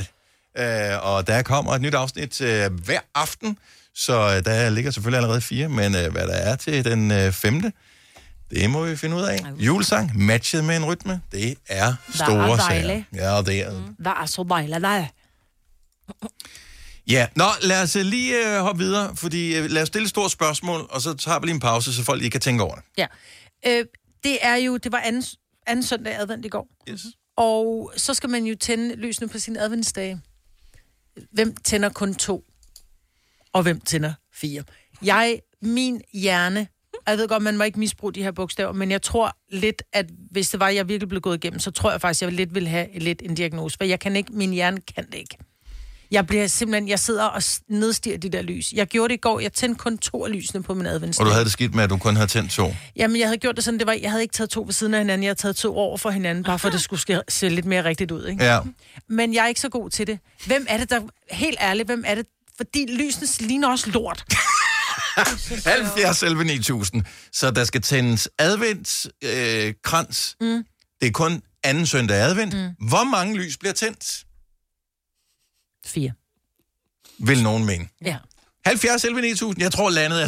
S1: Øh, og der kommer et nyt afsnit øh, hver aften. Så øh, der ligger selvfølgelig allerede fire, men øh, hvad der er til den øh, femte, det må vi finde ud af. Julesang matchet med en rytme, det er store sager.
S3: dejligt. Mm.
S1: Ja, det er,
S3: Hvad er så bejler dig?
S1: Ja, nå, lad os øh, lige øh, hoppe videre, fordi øh, lad os stille et stort spørgsmål, og så tager vi lige en pause, så folk lige kan tænke over det.
S3: Ja. Øh, det er jo, det var anden, anden søndag i advent i går.
S1: Yes.
S3: Og så skal man jo tænde lysene på sine adventsdage. Hvem tænder kun to? Og hvem tænder fire? Jeg, min hjerne, og jeg ved godt, man må ikke misbruge de her bogstaver, men jeg tror lidt, at hvis det var, jeg virkelig blev gået igennem, så tror jeg faktisk, at jeg lidt ville have lidt en diagnose, for jeg kan ikke, min hjerne kan det ikke. Jeg bliver simpelthen, jeg sidder og s- nedstiger de der lys. Jeg gjorde det i går, jeg tændte kun to af lysene på min adventsdag.
S1: Og du havde det skidt med, at du kun havde tændt to.
S3: Jamen, jeg havde gjort det sådan, det var, jeg havde ikke taget to ved siden af hinanden, jeg havde taget to over for hinanden, bare for at det skulle ske- se lidt mere rigtigt ud, ikke?
S1: Ja.
S3: Men jeg er ikke så god til det. Hvem er det, der... Helt ærligt, hvem er det... Fordi lysene ligner også lort.
S1: 70 11 9000. Så der skal tændes adventskrans. Øh, krans.
S3: Mm.
S1: det er kun anden søndag i advent. Mm. Hvor mange lys bliver tændt?
S3: Fire.
S1: Vil nogen mene.
S3: Ja.
S1: 70 11 9000. Jeg tror, landet er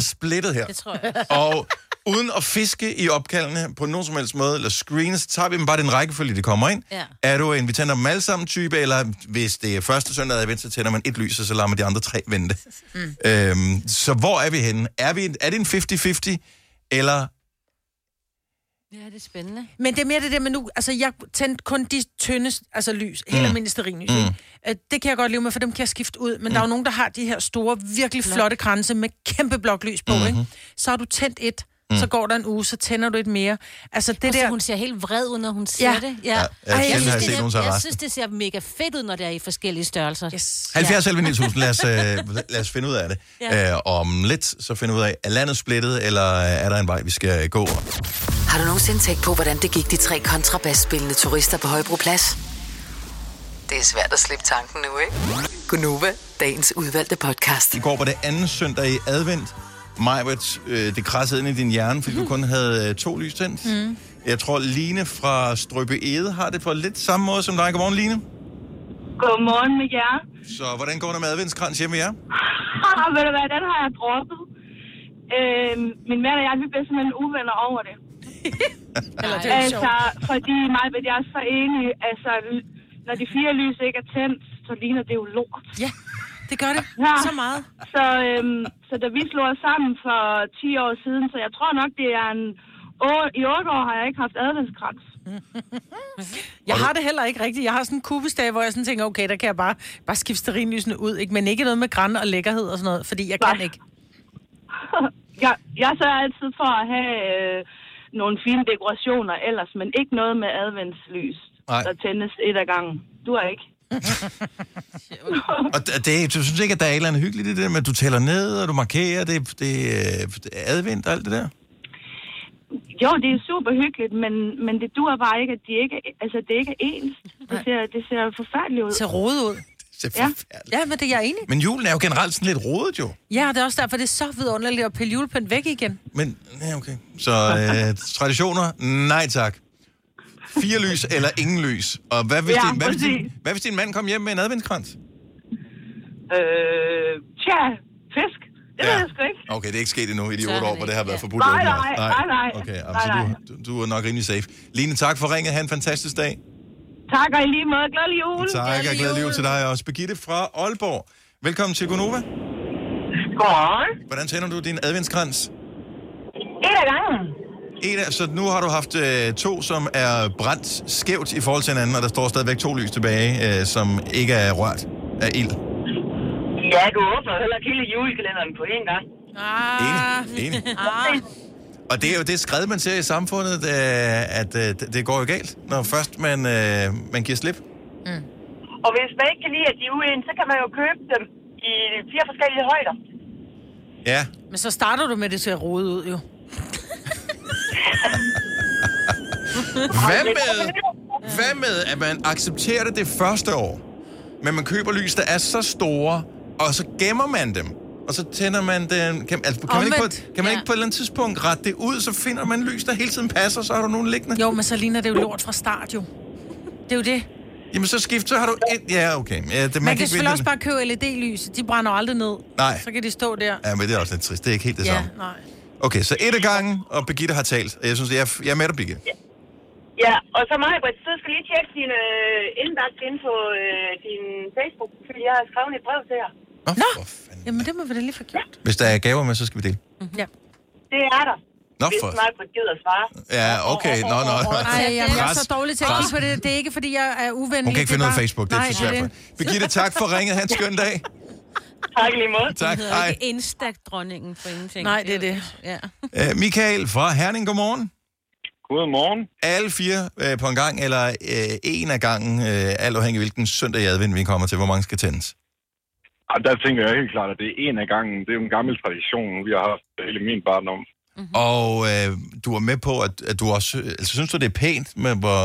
S3: [LAUGHS]
S1: splittet her.
S3: Det tror jeg.
S1: Og uden at fiske i opkaldene på nogen som helst måde, eller screens, så tager vi dem bare i den rækkefølge, de kommer ind.
S3: Ja.
S1: Er du en, vi tænder dem alle sammen type, eller hvis det er første søndag i advent, så tænder man et lys, og så lader man de andre tre vente. Mm. Øhm, så hvor er vi henne? Er, vi, en- er det en 50-50, eller
S4: Ja, det er spændende.
S3: Men det er mere det der med nu, altså jeg tændte kun de tynde altså lys, helt
S1: Mm.
S3: almindelige sterinlys.
S1: Mm.
S3: Mm. Det kan jeg godt leve med, for dem kan jeg skifte ud. Men mm. der er jo nogen, der har de her store, virkelig flotte kranse med kæmpe bloklys på, mm-hmm. ikke? Så har du tændt et, mm. så går der en uge, så tænder du et mere. Altså det
S4: Altså,
S3: der...
S4: hun ser helt vred ud, når hun siger
S3: Ja.
S4: det.
S1: Ja, ja, sjældent har jeg
S4: det,
S1: set nogen så
S4: jeg, jeg
S1: rasende.
S4: synes, det ser mega fedt ud, når det er i forskellige størrelser.
S3: Yes.
S1: 70 11 9000, lad os, øh, lad os finde ud af det.
S4: Ja.
S1: Ja. Øh, om lidt, så finder vi ud af, er landet splittet, eller er der en vej, vi skal gå?
S2: Har du nogensinde tænkt på, hvordan det gik de tre kontrabasspillende turister på Højbroplads? Det er svært at slippe tanken nu, ikke? Gunova, dagens udvalgte podcast.
S1: I går var det anden søndag i advent. Majbert, øh, det krassede ind i din hjerne, fordi du kun havde øh, to lys tændt.
S10: Mhm.
S1: Mm. Jeg tror, Line fra Strøbe Ede har det på lidt samme måde som dig. Godmorgen, Line.
S17: Godmorgen med jer.
S1: Så hvordan går det med adventskrans hjemme ved jer?
S17: Ah, [LAUGHS] ved du hvad, den har jeg droppet. Øh, min mand og jeg, vi blev simpelthen uvenner over det.
S3: [LAUGHS] Eller det er jo
S17: altså, fordi mig ved jeg er så enig, altså, l- når de fire lys ikke er tændt, så ligner det jo lort.
S3: Ja, det gør det.
S17: Ja.
S3: Så meget.
S17: Så, øhm, så da vi slog os sammen for 10 år siden, så jeg tror nok, det er en... Å, I 8 år har jeg ikke haft adventskrans.
S3: Jeg har det heller ikke rigtigt. Jeg har sådan en kubestage, hvor jeg sådan tænker, okay, der kan jeg bare, bare skifte sterinlysene ud, ikke? men ikke noget med græn og lækkerhed og sådan noget, fordi jeg kan ikke.
S17: [LAUGHS] Jeg, jeg sørger altid for at have øh, nogle fine dekorationer ellers, men ikke noget med adventslys,
S1: Nej.
S17: der tændes et ad gangen. Du er ikke.
S1: Og d- det, du synes ikke, at der er et eller andet hyggeligt i det der med, at du tæller ned, og du markerer, det, det, øh, det er advent og alt det der?
S17: Jo, det er super hyggeligt, men, men det dur bare ikke, at de ikke, altså, det ikke er ens. Det ser, det ser forfærdeligt ud. Det
S3: ser rodet ud.
S1: Det
S17: Ja.
S3: Ja, men det er jeg enig. i.
S1: Men julen er jo generelt sådan lidt rodet jo.
S3: Ja, og det er også derfor, det er så vidunderligt at pille julepynt væk igen.
S1: Men, ja, okay.
S17: [LAUGHS]
S1: Så øh, traditioner, nej tak. Fire lys eller ingen lys. Og hvad hvis,
S17: Ja,
S1: din, hvad, hvis din, hvad hvis din mand kom hjem med en adventskrans?
S17: Øh, tja, fisk. Det ja. ved jeg sgu ikke.
S1: Okay, det er ikke sket endnu i de
S17: Tør
S1: otte
S17: han
S1: år, hvor det har været forbudt.
S17: Nej,
S1: åbenbart.
S17: nej, nej, nej.
S1: Okay, jamen,
S17: Nej,
S1: så du, du, du er nok rimelig safe. Line, tak for ringet. Ha' en fantastisk dag.
S17: Tak og i lige måde. Glædelig jul.
S1: Tak, og glædelig jul til dig også. Birgitte fra Aalborg. Velkommen til Gonova.
S17: Godmorgen.
S1: Hvordan tænder du din adventskrans?
S17: Et af gangen.
S1: En af, så nu har du haft øh, to, som er brændt skævt i forhold til hinanden, og der står stadigvæk to lys tilbage, øh, som ikke er rørt af ild.
S18: Ja, du åbner heller ikke hele julekalenderen på én gang.
S1: Ah. Enig, enig.
S18: Ah.
S1: Og det er jo det skred, man ser i samfundet, øh, at øh, det- det går jo galt, når først man, øh, man giver slip.
S18: Og hvis man ikke kan lide, at de er uenige, så kan man jo købe dem i fire forskellige højder.
S1: Ja.
S3: Men så starter du med, at det ser rodet ud jo.
S1: Hvad med, hvad med, at man accepterer det det første år, men man køber lys, der er så store, og så gemmer man dem, og så tænder man den... Kan, altså, kan, man, ikke på,
S3: Omvendt.
S1: kan man ikke på et eller andet tidspunkt rette det ud, så finder man lys, der hele tiden passer, så har du nogen liggende?
S3: Jo, men så ligner det jo lort fra start jo. Det er jo det.
S1: Jamen, så skift, så har du et... Ja, okay. Ja, det,
S3: Man, man
S1: ikke
S3: kan selvfølgelig
S1: vælge-
S3: også bare købe LED-lys. De brænder aldrig ned.
S1: Nej.
S3: Så kan de stå der.
S1: Ja, men det er også lidt trist. Det er ikke helt det
S3: ja,
S1: samme.
S3: nej.
S1: Okay, så et af gangen, og Birgitte har talt. Jeg synes, jeg er, jeg er med dig, Birgitte.
S18: Ja, og så mig, Britt, så skal lige tjekke din øh, indbak ind på øh, din Facebook, fordi jeg har skrevet et brev til jer.
S3: Jamen, det må vi da lige få gjort.
S1: Hvis der er gaver med, så skal vi dele.
S3: Mm-hmm. Ja.
S18: Det er der.
S1: Nå,
S18: hvis
S1: for-
S18: mig, Britt, gider svare.
S1: Ja, okay. Nå, nå.
S3: Nej, jeg er
S1: Pres,
S3: så dårlig til at
S1: pres.
S3: kigge på det. Det er ikke, fordi jeg er uvenlig.
S1: Hun kan
S3: Det
S1: ikke
S3: er
S1: finde ud af
S3: bare-
S1: Facebook, det er
S3: Nej,
S1: for svært. for
S3: det.
S1: hende. Birgitte, tak for ringet. Ha' en skøn
S3: [LAUGHS]
S1: dag.
S18: Tak lige måde.
S1: Tak,
S4: Hun hedder
S1: hej.
S4: ikke Instag-dronningen for ingenting.
S3: Nej, det er
S4: jo- Ja.
S1: Uh, Michael fra Herning, godmorgen.
S19: Godmorgen.
S1: Alle fire uh, på en gang, eller uh, en af gangen, uh, alt afhængig af hvilken søndag i advent vi kommer til, hvor mange skal tændes.
S3: Mhm.
S19: Og der tænker jeg helt klart, at det er en af gangen. Det er jo en gammel tradition, vi har haft hele min barndom. [LAUGHS]
S1: Mm-hmm. Og uh, du er med på, at, at du også... Altså, synes du, det er pænt, med, hvor,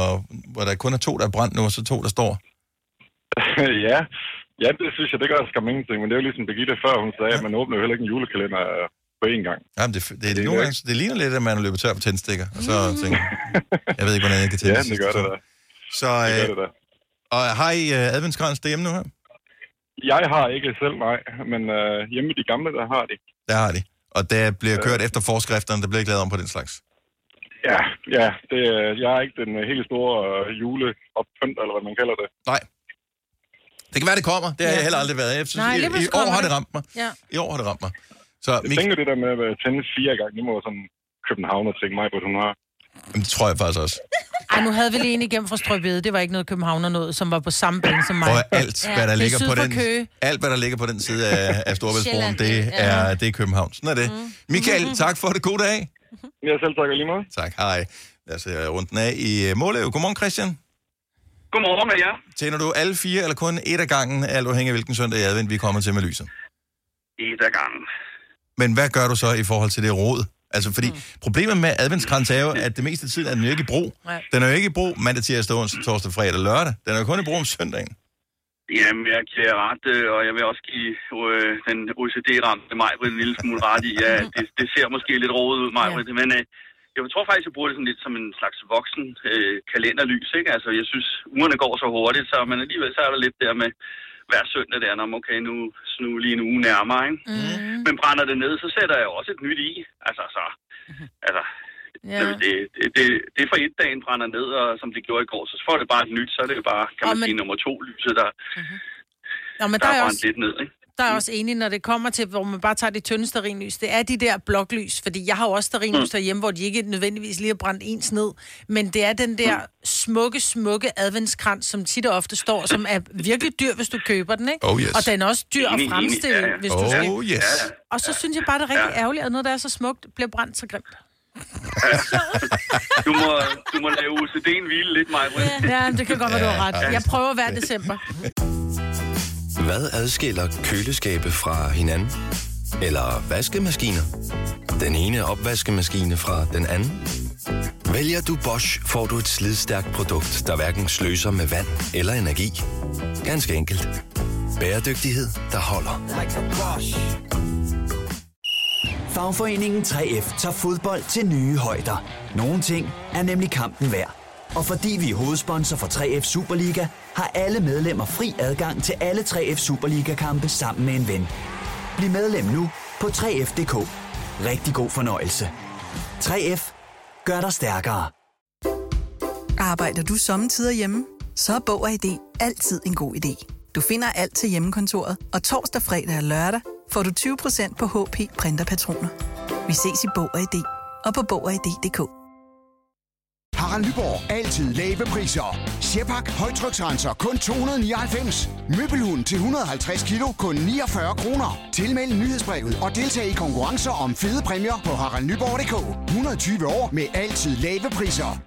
S1: hvor der kun er to, der er brændt nu, og så to, der står?
S19: ja. ja, det synes jeg, det gør skam ingenting. Men det er jo ligesom Birgitte før, hun sagde, at man åbner jo heller ikke en julekalender øh, på én gang.
S1: Jamen, det, det, det, nogle gange, det ligner lidt, at man er løbet tør for tændstikker. Og så tænker jeg, jeg ved ikke, hvordan jeg
S19: [LAUGHS]
S1: kan tænde
S19: Mhm. Ja,
S1: de
S19: det
S1: sidste
S19: gør det
S1: to.
S19: da.
S1: Så, øh,
S19: Det gør det da.
S1: Og har I øh, adventskrans derhjemme nu her?
S19: Jeg har ikke selv, nej. Men øh, hjemme i de gamle, der har de.
S1: Der har de. Og der bliver kørt efter forskrifterne, der bliver ikke lavet om på den slags.
S19: Ja, ja det, øh, jeg er ikke den øh, helt store øh, juleoppynt, eller hvad man kalder det.
S1: Nej. Det kan være, det kommer. Det har
S19: Ja.
S1: jeg heller aldrig været. Jeg synes,
S19: Nej,
S1: Nej,
S19: lige
S1: i, i
S19: pludselig
S1: år
S19: kommer
S1: har det
S19: det.
S1: ramt mig.
S3: Ja.
S1: I år har det ramt mig. Så
S19: Jeg tænker det der med at tænde fire gange, det må være sådan københavner ting mig, hvor hun har.
S1: Jamen, det tror jeg faktisk også.
S3: Ej, nu havde vi lige en igennem fra Strøbede. Det var ikke noget københavner noget, som var på samme bane som mig.
S1: Og alt, hvad der
S3: det er
S1: ligger
S3: syd
S1: på
S3: for
S1: den,
S3: Køge.
S1: alt, hvad der ligger på den side af,
S3: [LAUGHS]
S1: af
S3: Sjælland,
S1: Storebæltsbroen, det
S3: ja. Mhm.
S1: er, det er København. Sådan er det. Michael, tak for det. God dag.
S19: Ja, selv tak lige måde.
S1: Tak, hej. Lad os øh, runde den af i øh, Måløv. Godmorgen, Christian.
S19: Godmorgen med jer.
S1: Tænder du alle fire, eller kun et af gangen, alt afhængig af hvilken søndag i advent, vi kommer til med lyset?
S19: Et af gangen.
S1: Men hvad gør du så i forhold til det råd? Altså, fordi mm. problemet med adventskrans er jo, at det meste af tiden er den jo ikke i brug.
S3: Nej.
S1: Den er jo ikke i brug mandag, tirsdag, onsdag, torsdag, fredag og lørdag. Den er jo kun i brug om søndagen.
S20: Jamen, jeg giver jer ret, øh, og jeg vil også give øh, den OCD-ramte Majbrit en lille smule ret i. Ja, det, det ser måske lidt rodet ud, Majbrit, ja. men øh, jeg tror faktisk, jeg bruger det sådan lidt som en slags voksen øh, kalenderlys, ikke? Altså, jeg synes, ugerne går så hurtigt, så man alligevel så er der lidt der med hver søndag der, når man okay, nu snu lige en uge nærmere, ikke? Mm. Men brænder det ned, så sætter jeg jo også et nyt i. Altså, så, altså,
S3: Ja.
S20: det, det, det, det er for et dagen brænder ned, og som det gjorde i går, så får det bare et nyt, så er det jo bare, kan
S3: Og
S20: man
S3: men-
S20: sige, nummer to lyset, der,
S3: Nå, men
S20: der
S3: der
S20: er
S3: er
S20: brændt
S3: også,
S20: lidt ned, ikke?
S3: der er også enig, når det kommer til, hvor man bare tager de tynde sterinlys. Det er de der bloklys, fordi jeg har jo også
S1: Mm.
S3: sterinlys derhjemme, hvor de ikke nødvendigvis lige har brændt ens ned. Men det er den
S1: Mm.
S3: der smukke, smukke adventskrans, som tit og ofte står, som er virkelig dyr, hvis du køber den, ikke?
S1: Oh, yes.
S3: Og den er også dyr at
S1: Enig, enig.
S3: fremstille,
S1: Ja, ja.
S3: hvis du
S1: Oh,
S3: skal.
S1: yes.
S3: Og så synes jeg bare, det er rigtig ærgerligt, at noget, der er så smukt, bliver brændt så grimt.
S20: Du må, du må lade OCD'en hvile lidt, Maja.
S3: Ja, det kan godt være, du har ret. Jeg prøver hver december.
S21: Hvad adskiller køleskabe fra hinanden? Eller vaskemaskiner? Den ene opvaskemaskine fra den anden? Vælger du Bosch, får du et slidstærkt produkt, der hverken sløser med vand eller energi. Ganske enkelt. Bæredygtighed, der holder.
S13: Like a boss. Fagforeningen 3F tager fodbold til nye højder. Nogle ting er nemlig kampen værd. Og fordi vi er hovedsponsor for 3F Superliga, har alle medlemmer fri adgang til alle 3F Superliga-kampe sammen med en ven. Bliv medlem nu på 3F.dk. Rigtig god fornøjelse. 3F gør dig stærkere.
S22: Arbejder du sommetider hjemme? Så er Bog og ID altid en god idé. Du finder alt til hjemmekontoret, og torsdag, fredag og lørdag får du 20% på HP printerpatroner. Vi ses i Bog og ID og på Bog og ID.dk.
S23: Harald Nyborg. Altid lave priser. Sjehpak. Højtryksrenser. Kun 299. Møbelhund til 150 kilo. Kun 49 kroner. Tilmeld nyhedsbrevet og deltag i konkurrencer om fede præmier på haraldnyborg.dk. 120 år med altid lave priser.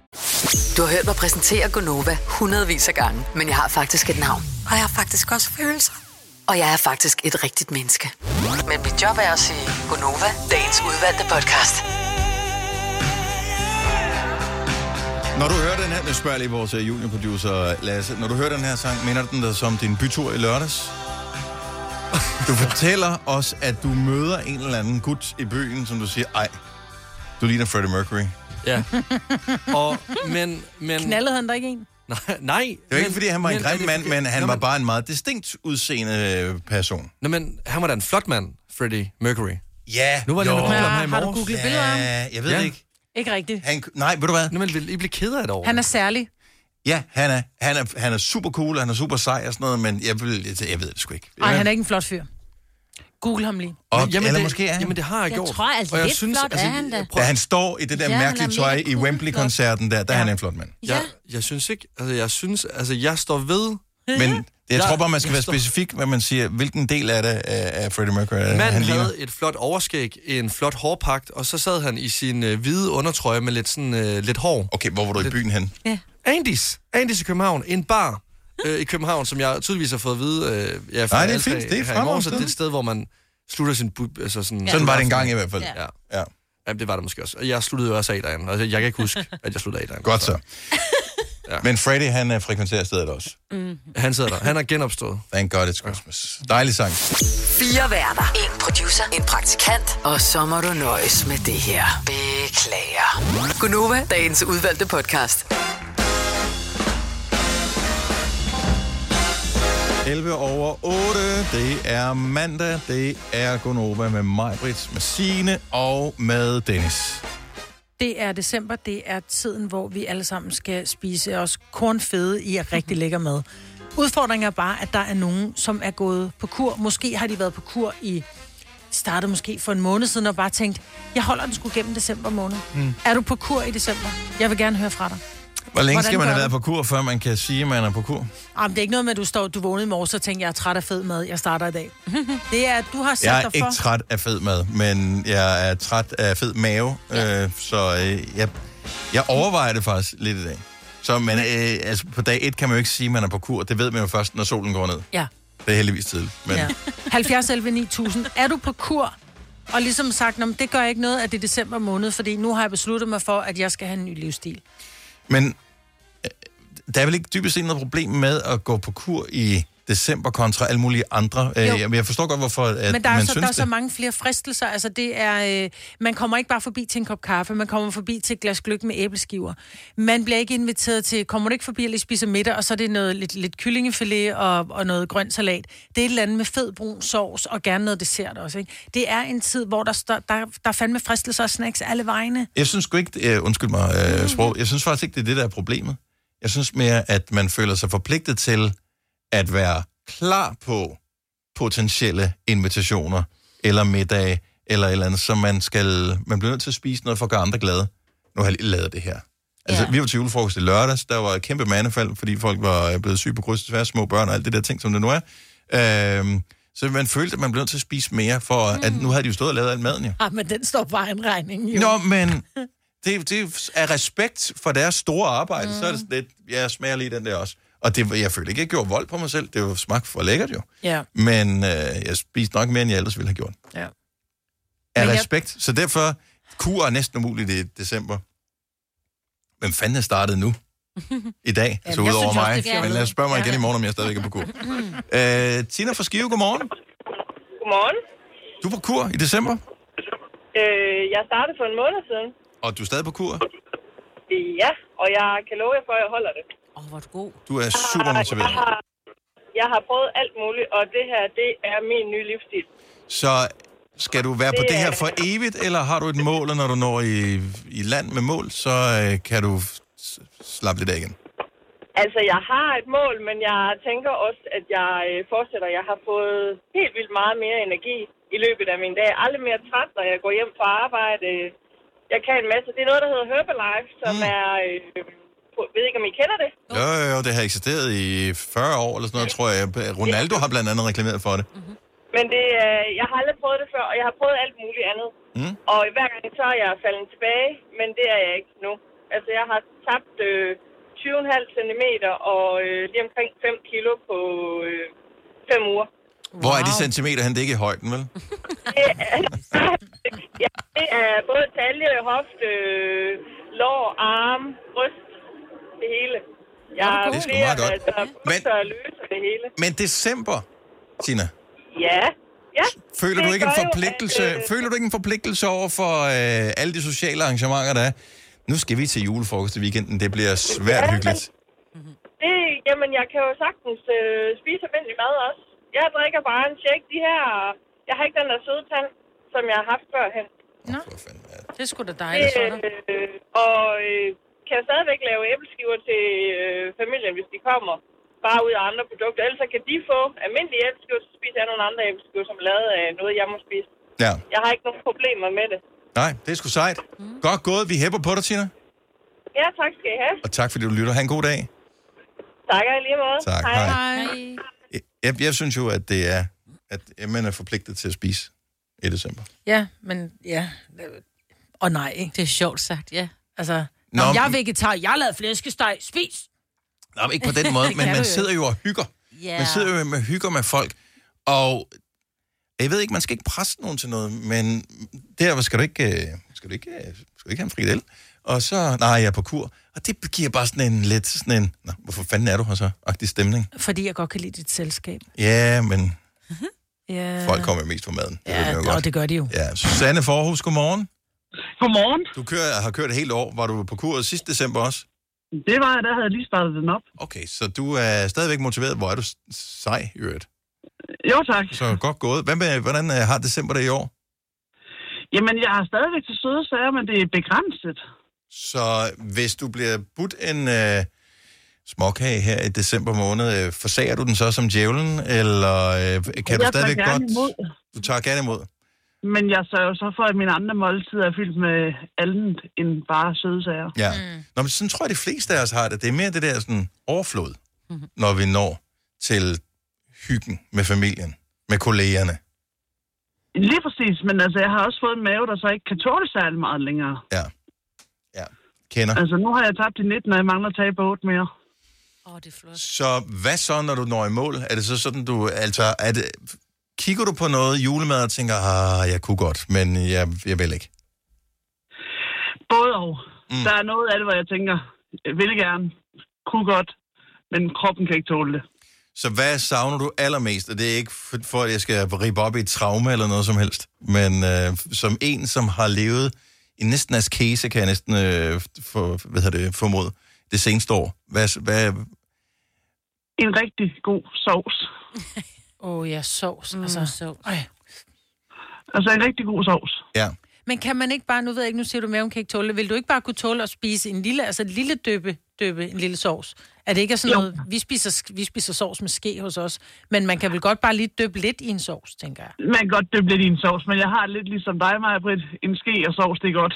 S2: Du har hørt mig præsentere Gonova hundredvis af gange, men jeg har faktisk et navn.
S24: Og jeg har faktisk også følelser.
S2: Og jeg er faktisk et rigtigt menneske. Men mit job er at sige Gonova, dagens udvalgte podcast.
S1: Når du hører den her, jeg spørger lige vores øh, juniorproducer Lasse, når du hører den her sang, minder den dig som din bytur i lørdags? Du fortæller os, at du møder en eller anden gut i byen, som du siger, ej, du ligner Freddie Mercury.
S5: Ja. Og, men, men...
S3: Knaldede han der ikke en?
S5: Nej, nej. Det
S1: var ikke, fordi han var en grim mand, men han var bare en meget distinkt udseende øh, person.
S5: Nå, men han var da en flot mand, Freddie Mercury.
S1: Ja,
S5: Nu var det,
S1: jo.
S5: han var her i
S1: Har du
S5: morges.
S1: googlet billeder af ham? Ja, jeg ved det ikke.
S3: Ikke rigtigt.
S1: Han, nej, ved du hvad?
S5: Nå, men vil I blive ked af det over?
S3: Han er særlig.
S1: Ja, han er, han, er, han er super cool, han er super sej og sådan noget, men jeg, vil, jeg, jeg ved det sgu ikke.
S3: Nej, han er ikke en flot fyr. Google ham lige.
S1: Og, jamen, eller det, måske er han.
S5: Jamen, det har jeg,
S3: Jeg
S5: gjort.
S3: tror altså,
S5: Og jeg
S3: lidt flot er han da.
S1: Da han står i det der
S3: Ja,
S1: ja,
S3: han er
S1: mærkelige
S3: mega
S1: tøj i Wembley-koncerten der, der er han en flot mand.
S5: Jeg, jeg synes ikke, altså jeg synes, altså jeg står ved...
S1: Men jeg, tror bare, man skal være specifik, hvad man siger. Hvilken del af det er er Freddie Mercury? er han
S5: Manden
S1: ligner?
S5: havde et flot overskæg, en flot hårpagt, og så sad han i sin øh, hvide undertrøje med lidt, sådan, øh, lidt hår.
S1: Okay, hvor var du i byen hen?
S5: Ja. Andis. Andis i København. En bar øh, i København, som jeg tydeligvis har fået at vide. Øh, jeg
S1: Nej, det er fint. Det er
S5: her i
S1: fremragende
S5: morgen, så det er
S1: sted.
S5: et sted, hvor man slutter sin... Bu- altså sådan,
S1: Ja. Sådan var det engang i hvert fald.
S5: Ja.
S1: ja.
S5: Jamen, det var det måske også. Og jeg sluttede jo også af derinde. Altså, jeg kan ikke huske, at jeg sluttede af derinde.
S1: Godt
S5: [LAUGHS]
S1: så. Ja. Men Freddie, han er frekventerer stedet også.
S2: Mm.
S5: Han sidder der. Han er genopstået.
S1: Thank God it's Christmas. Dejlig sang.
S2: Fire værter. En producer. En praktikant. Og så må du nøjes med det her. Beklager. Gonova, dagens udvalgte podcast.
S1: 11 over 8. Det er mandag. Det er Gonova med mig, Britt, med Signe og med Dennis.
S3: Det er december, det er tiden, hvor vi alle sammen skal spise os kornfede i at rigtig lækker mad. Udfordringen er bare, at der er nogen, som er gået på kur. Måske har de været på kur i startede måske for en måned siden og bare tænkt, jeg holder den sgu gennem december måned. Mm. Er du på kur i december? Jeg vil gerne høre fra dig.
S1: Hvor længe
S3: Hvordan
S1: skal man
S3: gør
S1: have
S3: du?
S1: været på kur, før man kan sige, at man er på kur?
S3: Jamen, det er ikke noget med, at du, står, du vågnede i morges og tænkte, jeg er træt af fed mad, jeg starter i dag. [LAUGHS] det er, at du har sat
S1: Jeg er
S3: dig for...
S1: ikke træt af fed mad, men jeg er træt af fed mave, ja. øh, så øh, jeg, jeg overvejer det faktisk lidt i dag. Så men, øh, altså, på dag 1 kan man jo ikke sige, at man er på kur. Det ved man jo først, når solen går ned.
S3: Ja.
S1: Det er heldigvis tidligt. Men, ja.
S3: Ja. 70 11 9000. Er du på kur? Og ligesom sagt, "Nå, men det gør ikke noget, at det er december måned, fordi nu har jeg besluttet mig for, at jeg skal have en ny livsstil.
S1: men øh, der er vel ikke dybest set noget problem med at gå på kur i december kontra alle mulige andre. Øh,
S3: Jo.
S1: jeg, jeg forstår godt, hvorfor at
S3: At men der er,
S1: man
S3: så, der
S1: synes
S3: er så
S1: det.
S3: mange flere fristelser. Altså, det er, øh, man kommer ikke bare forbi til en kop kaffe, man kommer forbi til et glas gløk med æbleskiver. Man bliver ikke inviteret til, kommer du ikke forbi og lige spiser middag, og så er det noget, lidt, lidt kyllingefilet og, og noget grønt salat. Det er et eller andet med fed brun sovs og gerne noget dessert også. Ikke? Det er en tid, hvor der, står, der, der er fandme fristelser og snacks alle vegne.
S1: Jeg synes sgu ikke, øh, undskyld mig, øh, sprog, jeg synes faktisk ikke, det er det, der er problemet. Jeg synes mere, at man føler sig forpligtet til at være klar på, potentielle invitationer, eller middag, eller et eller andet, som man skal... Man bliver nødt til at spise noget for at gøre andre glade. Nu har jeg lige lavet det her. Altså, ja. vi var til julefrokost i lørdags, der var et kæmpe mandefald, fordi folk var øh, blevet syge på kryds og tværs, små børn og alt det der ting, som det nu er. Øhm, så man følte, at man blev nødt til at spise mere, for mm. at nu havde de jo stået og lavet al maden jo.
S3: Ah, men den står bare en regning, jo.
S1: Nå, men det, det er respekt for deres store arbejde, mm. så er det sådan lidt, jeg smager lige den der også. Og det, var- jeg følte ikke, jeg gjorde vold på mig selv. Det var smagt for lækkert jo.
S3: Ja.
S1: Men øh, jeg spiste nok mere, end jeg ellers ville have gjort.
S3: ja.
S1: Af
S3: Men jeg-
S1: respekt. Så derfor, kur er næsten umuligt i december. Hvem fanden er startet nu? I dag,
S8: Jamen,
S1: så
S8: jeg
S1: ud
S8: synes
S1: over
S8: også,
S1: mig.
S8: det er fjollet.
S1: Men lad os spørge mig igen i morgen, om jeg stadigvæk er på kur. Øh, Tina fra Skive, godmorgen.
S18: Godmorgen.
S1: Du er på kur i december,
S18: Øh, jeg startede for en måned siden.
S1: og du er stadig på kur.
S18: Ja, og jeg kan love jer for, at jeg holder det.
S4: Åh, oh, hvor er du god.
S1: Du er super motiveret.
S18: Jeg har, jeg har prøvet alt muligt, og det her, det er min nye livsstil.
S1: Så skal du være på
S18: Det
S1: det her
S18: er-
S1: for evigt, eller har du et mål, og når du når i, i land med mål, så øh, kan du f- s- slappe lidt af igen?
S18: Altså, jeg har et mål, men jeg tænker også, at jeg øh, fortsætter. Jeg har fået helt vildt meget mere energi i løbet af min dag. Jeg er aldrig mere træt, når jeg går hjem fra arbejde. Jeg kan en masse. Det er noget, der hedder Herbalife, som mm. er... Øh, på- ved ikke, om I kender det?
S1: Jo, jo, jo, det har eksisteret i 40 år, eller sådan noget, tror jeg. Ronaldo har blandt andet reklameret for det.
S18: Men det, øh, jeg har aldrig prøvet det før, og jeg har prøvet alt muligt andet.
S1: Mm.
S18: Og hver gang så er jeg faldet tilbage, men det er jeg ikke nu. Altså, jeg har tabt øh, 20,5 cm og øh, lige omkring 5 kilo på øh, 5 uger.
S1: Hvor er de centimeter hen? Det er ikke i højden, vel?
S18: Det er, [LAUGHS] ja, det er både talje, hofte, øh, lår, arm, bryst, det hele. Jeg
S1: Nå, det er sgu
S18: flere,
S1: meget godt.
S18: Altså, men... løse det hele.
S1: Men december, Tina,
S18: Ja, ja.
S1: føler du
S18: Det
S1: ikke en
S18: gør jo,
S1: forpligtelse,
S18: at, øh,
S1: føler du ikke en forpligtelse over for øh, alle de sociale arrangementer, der er? Nu skal vi til julefrokost i weekenden. Det bliver svært hyggeligt.
S18: Det, jamen, jeg kan jo sagtens øh, spise almindelig mad også. Jeg drikker bare en shake. De her, jeg har ikke den der søde tand, som jeg har haft førhen.
S3: Nå. Det er sgu da
S18: Det,
S3: dejligt, Sonja.
S18: øh, og øh, kan jeg stadigvæk lave æbleskiver til øh, familien, hvis de kommer. Bare ud af andre produkter. Ellers så kan de få almindelige æbleskiver, så spiser jeg nogle andre æbleskiver, som er lavet af noget, jeg må spise.
S1: Ja.
S18: Jeg har ikke nogen problemer med det.
S1: Nej, det er sgu sejt.
S18: Mm.
S1: Godt gået. Vi hæpper på dig, Tina.
S18: Ja, tak skal I have.
S1: Og tak, fordi du lytter. Ha' en god dag.
S18: Tak og i lige måde.
S1: Tak, hej. Jeg, jeg synes jo, at det er, at øh, man er forpligtet til at spise i december.
S3: Ja, men ja. Og nej, ikke?
S4: Det er sjovt sagt, ja.
S3: Altså,
S1: Nå,
S3: Nå, Nå, jeg er
S1: men-
S3: vegetar, jeg har lavet flæskesteg, spis!
S1: Nå, men ikke på den
S3: [LAUGHS]
S1: måde,
S3: Det
S1: men
S3: kan
S1: man
S3: du jo.
S1: sidder jo og hygger.
S3: Ja.
S1: Man sidder jo med hygger med folk, og jeg ved ikke, man skal ikke presse nogen til noget, men der skal du ikke, øh, skal du ikke, øh, skal du ikke have en frikadelle. Og så, nej, jeg er på kur. Og det giver bare sådan en lidt, sådan en, Nå, hvorfor fanden er du her så? Agtig stemning.
S3: Fordi jeg godt kan lide dit selskab.
S1: Ja, men
S3: Ja.
S1: folk kommer jo mest for maden. Det ved man jo
S3: Ja, og det gør de jo.
S1: Ja, Susanne Forhus, godmorgen.
S6: Godmorgen.
S1: Du kører, har kørt et helt år. Var du på kuret sidste december også?
S6: Det var jeg, der havde jeg lige startet den op.
S1: Okay, så du er stadigvæk motiveret. Hvor er du s- sej, i øvrigt.
S6: Jo, tak.
S1: Så godt gået. Hvad med, hvordan øh, har december det i år?
S6: Jamen, jeg har stadigvæk til søde sager, men det er begrænset.
S1: Så hvis du bliver budt en øh, småkage her i december måned, øh, forsager du den så som djævlen, eller øh, kan du
S6: jeg
S1: stadigvæk
S6: tager
S1: godt...
S6: gerne Imod,
S1: Du tager gerne imod.
S6: men jeg sørger så for, at mine andre måltider er fyldt med andet end bare søde sager.
S1: Ja. Mm. Nå, men sådan tror jeg, de fleste af os har det. Det er mere det der sådan, overflod, mm-hmm. når vi når til hyggen med familien, med kollegerne.
S6: Lige præcis, men altså, jeg har også fået en mave, der så ikke kan tåle særlig meget længere.
S1: Ja. Ja. Kender.
S6: Altså, nu har jeg tabt i 19, og jeg mangler at tage på 8 mere.
S1: Så hvad så, når du når i mål? Er det så sådan, du... Altså, er det, kigger du på noget julemad og tænker, ah, jeg kunne godt, men jeg, jeg vil ikke?
S6: Både og. Mm. Der er noget af det, hvor jeg tænker, jeg vil gerne, kunne godt, men kroppen kan ikke tåle det.
S1: Så hvad savner du allermest? Og det er ikke for, for at jeg skal rippe op i et traume eller noget som helst, men øh, som en, som har levet i næsten askese, kan jeg næsten øh, for, hvad hedder det, formode, det seneste år. Hvad, hvad,
S6: En rigtig god
S4: [LAUGHS]
S6: sovs.
S3: Åh, oh, ja, sovs. Mm. Altså, sovs. Ej.
S6: Altså, en rigtig god sovs.
S1: ja.
S3: Men kan man ikke bare, nu ved jeg ikke, nu siger du, maven kan ikke tåle det. Vil du ikke bare kunne tåle at spise en lille, altså en lille døbe, døbe en lille sovs? Er det ikke er sådan
S7: Jo.
S3: noget, vi spiser, sk- vi spiser sovs med ske hos os, men man kan vel godt bare lige døbe lidt i en sovs, tænker jeg.
S15: Man kan godt døbe lidt i en sovs, men jeg har lidt ligesom dig, Maja Britt. En ske og sovs, det er godt.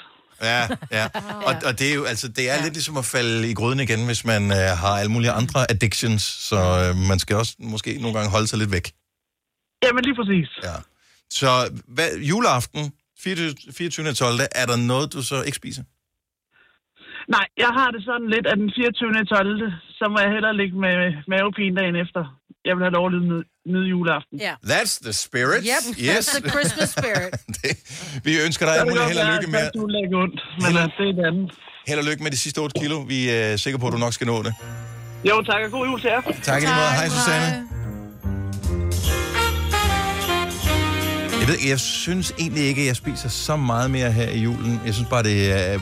S1: Ja, ja. Og, og det er jo, altså, det er ja. lidt ligesom at falde i gryden igen, hvis man øh, har alle mulige andre addictions, så øh, man skal også måske nogle gange holde sig lidt væk.
S15: Jamen lige præcis.
S1: Ja. Så hvad, juleaften, 24. 24. 12. er der noget, du så ikke spiser?
S15: Nej, jeg har det sådan lidt, at den 24. 12. så må jeg hellere ligge med mavepine dagen efter. Jeg vil have lov at nyde, nyde juleaften.
S3: Ja.
S1: That's the spirit. yes.
S14: [LAUGHS]
S3: spirit.
S1: Vi ønsker dig
S15: Så
S1: alt
S15: vil
S1: muligt
S15: det
S1: held og
S15: godt
S1: lykke
S15: være,
S1: med,
S15: at du lægger ondt, men at det er det andet.
S1: held og lykke med de sidste 8 kilo. Vi er øh, sikre på, at du nok skal nå det.
S15: Jo, tak og god jul til jer.
S1: Tak i lige måde. Hej, Susanne. Jeg ved ikke, jeg synes egentlig ikke, at jeg spiser så meget mere her i julen. Jeg synes bare, det er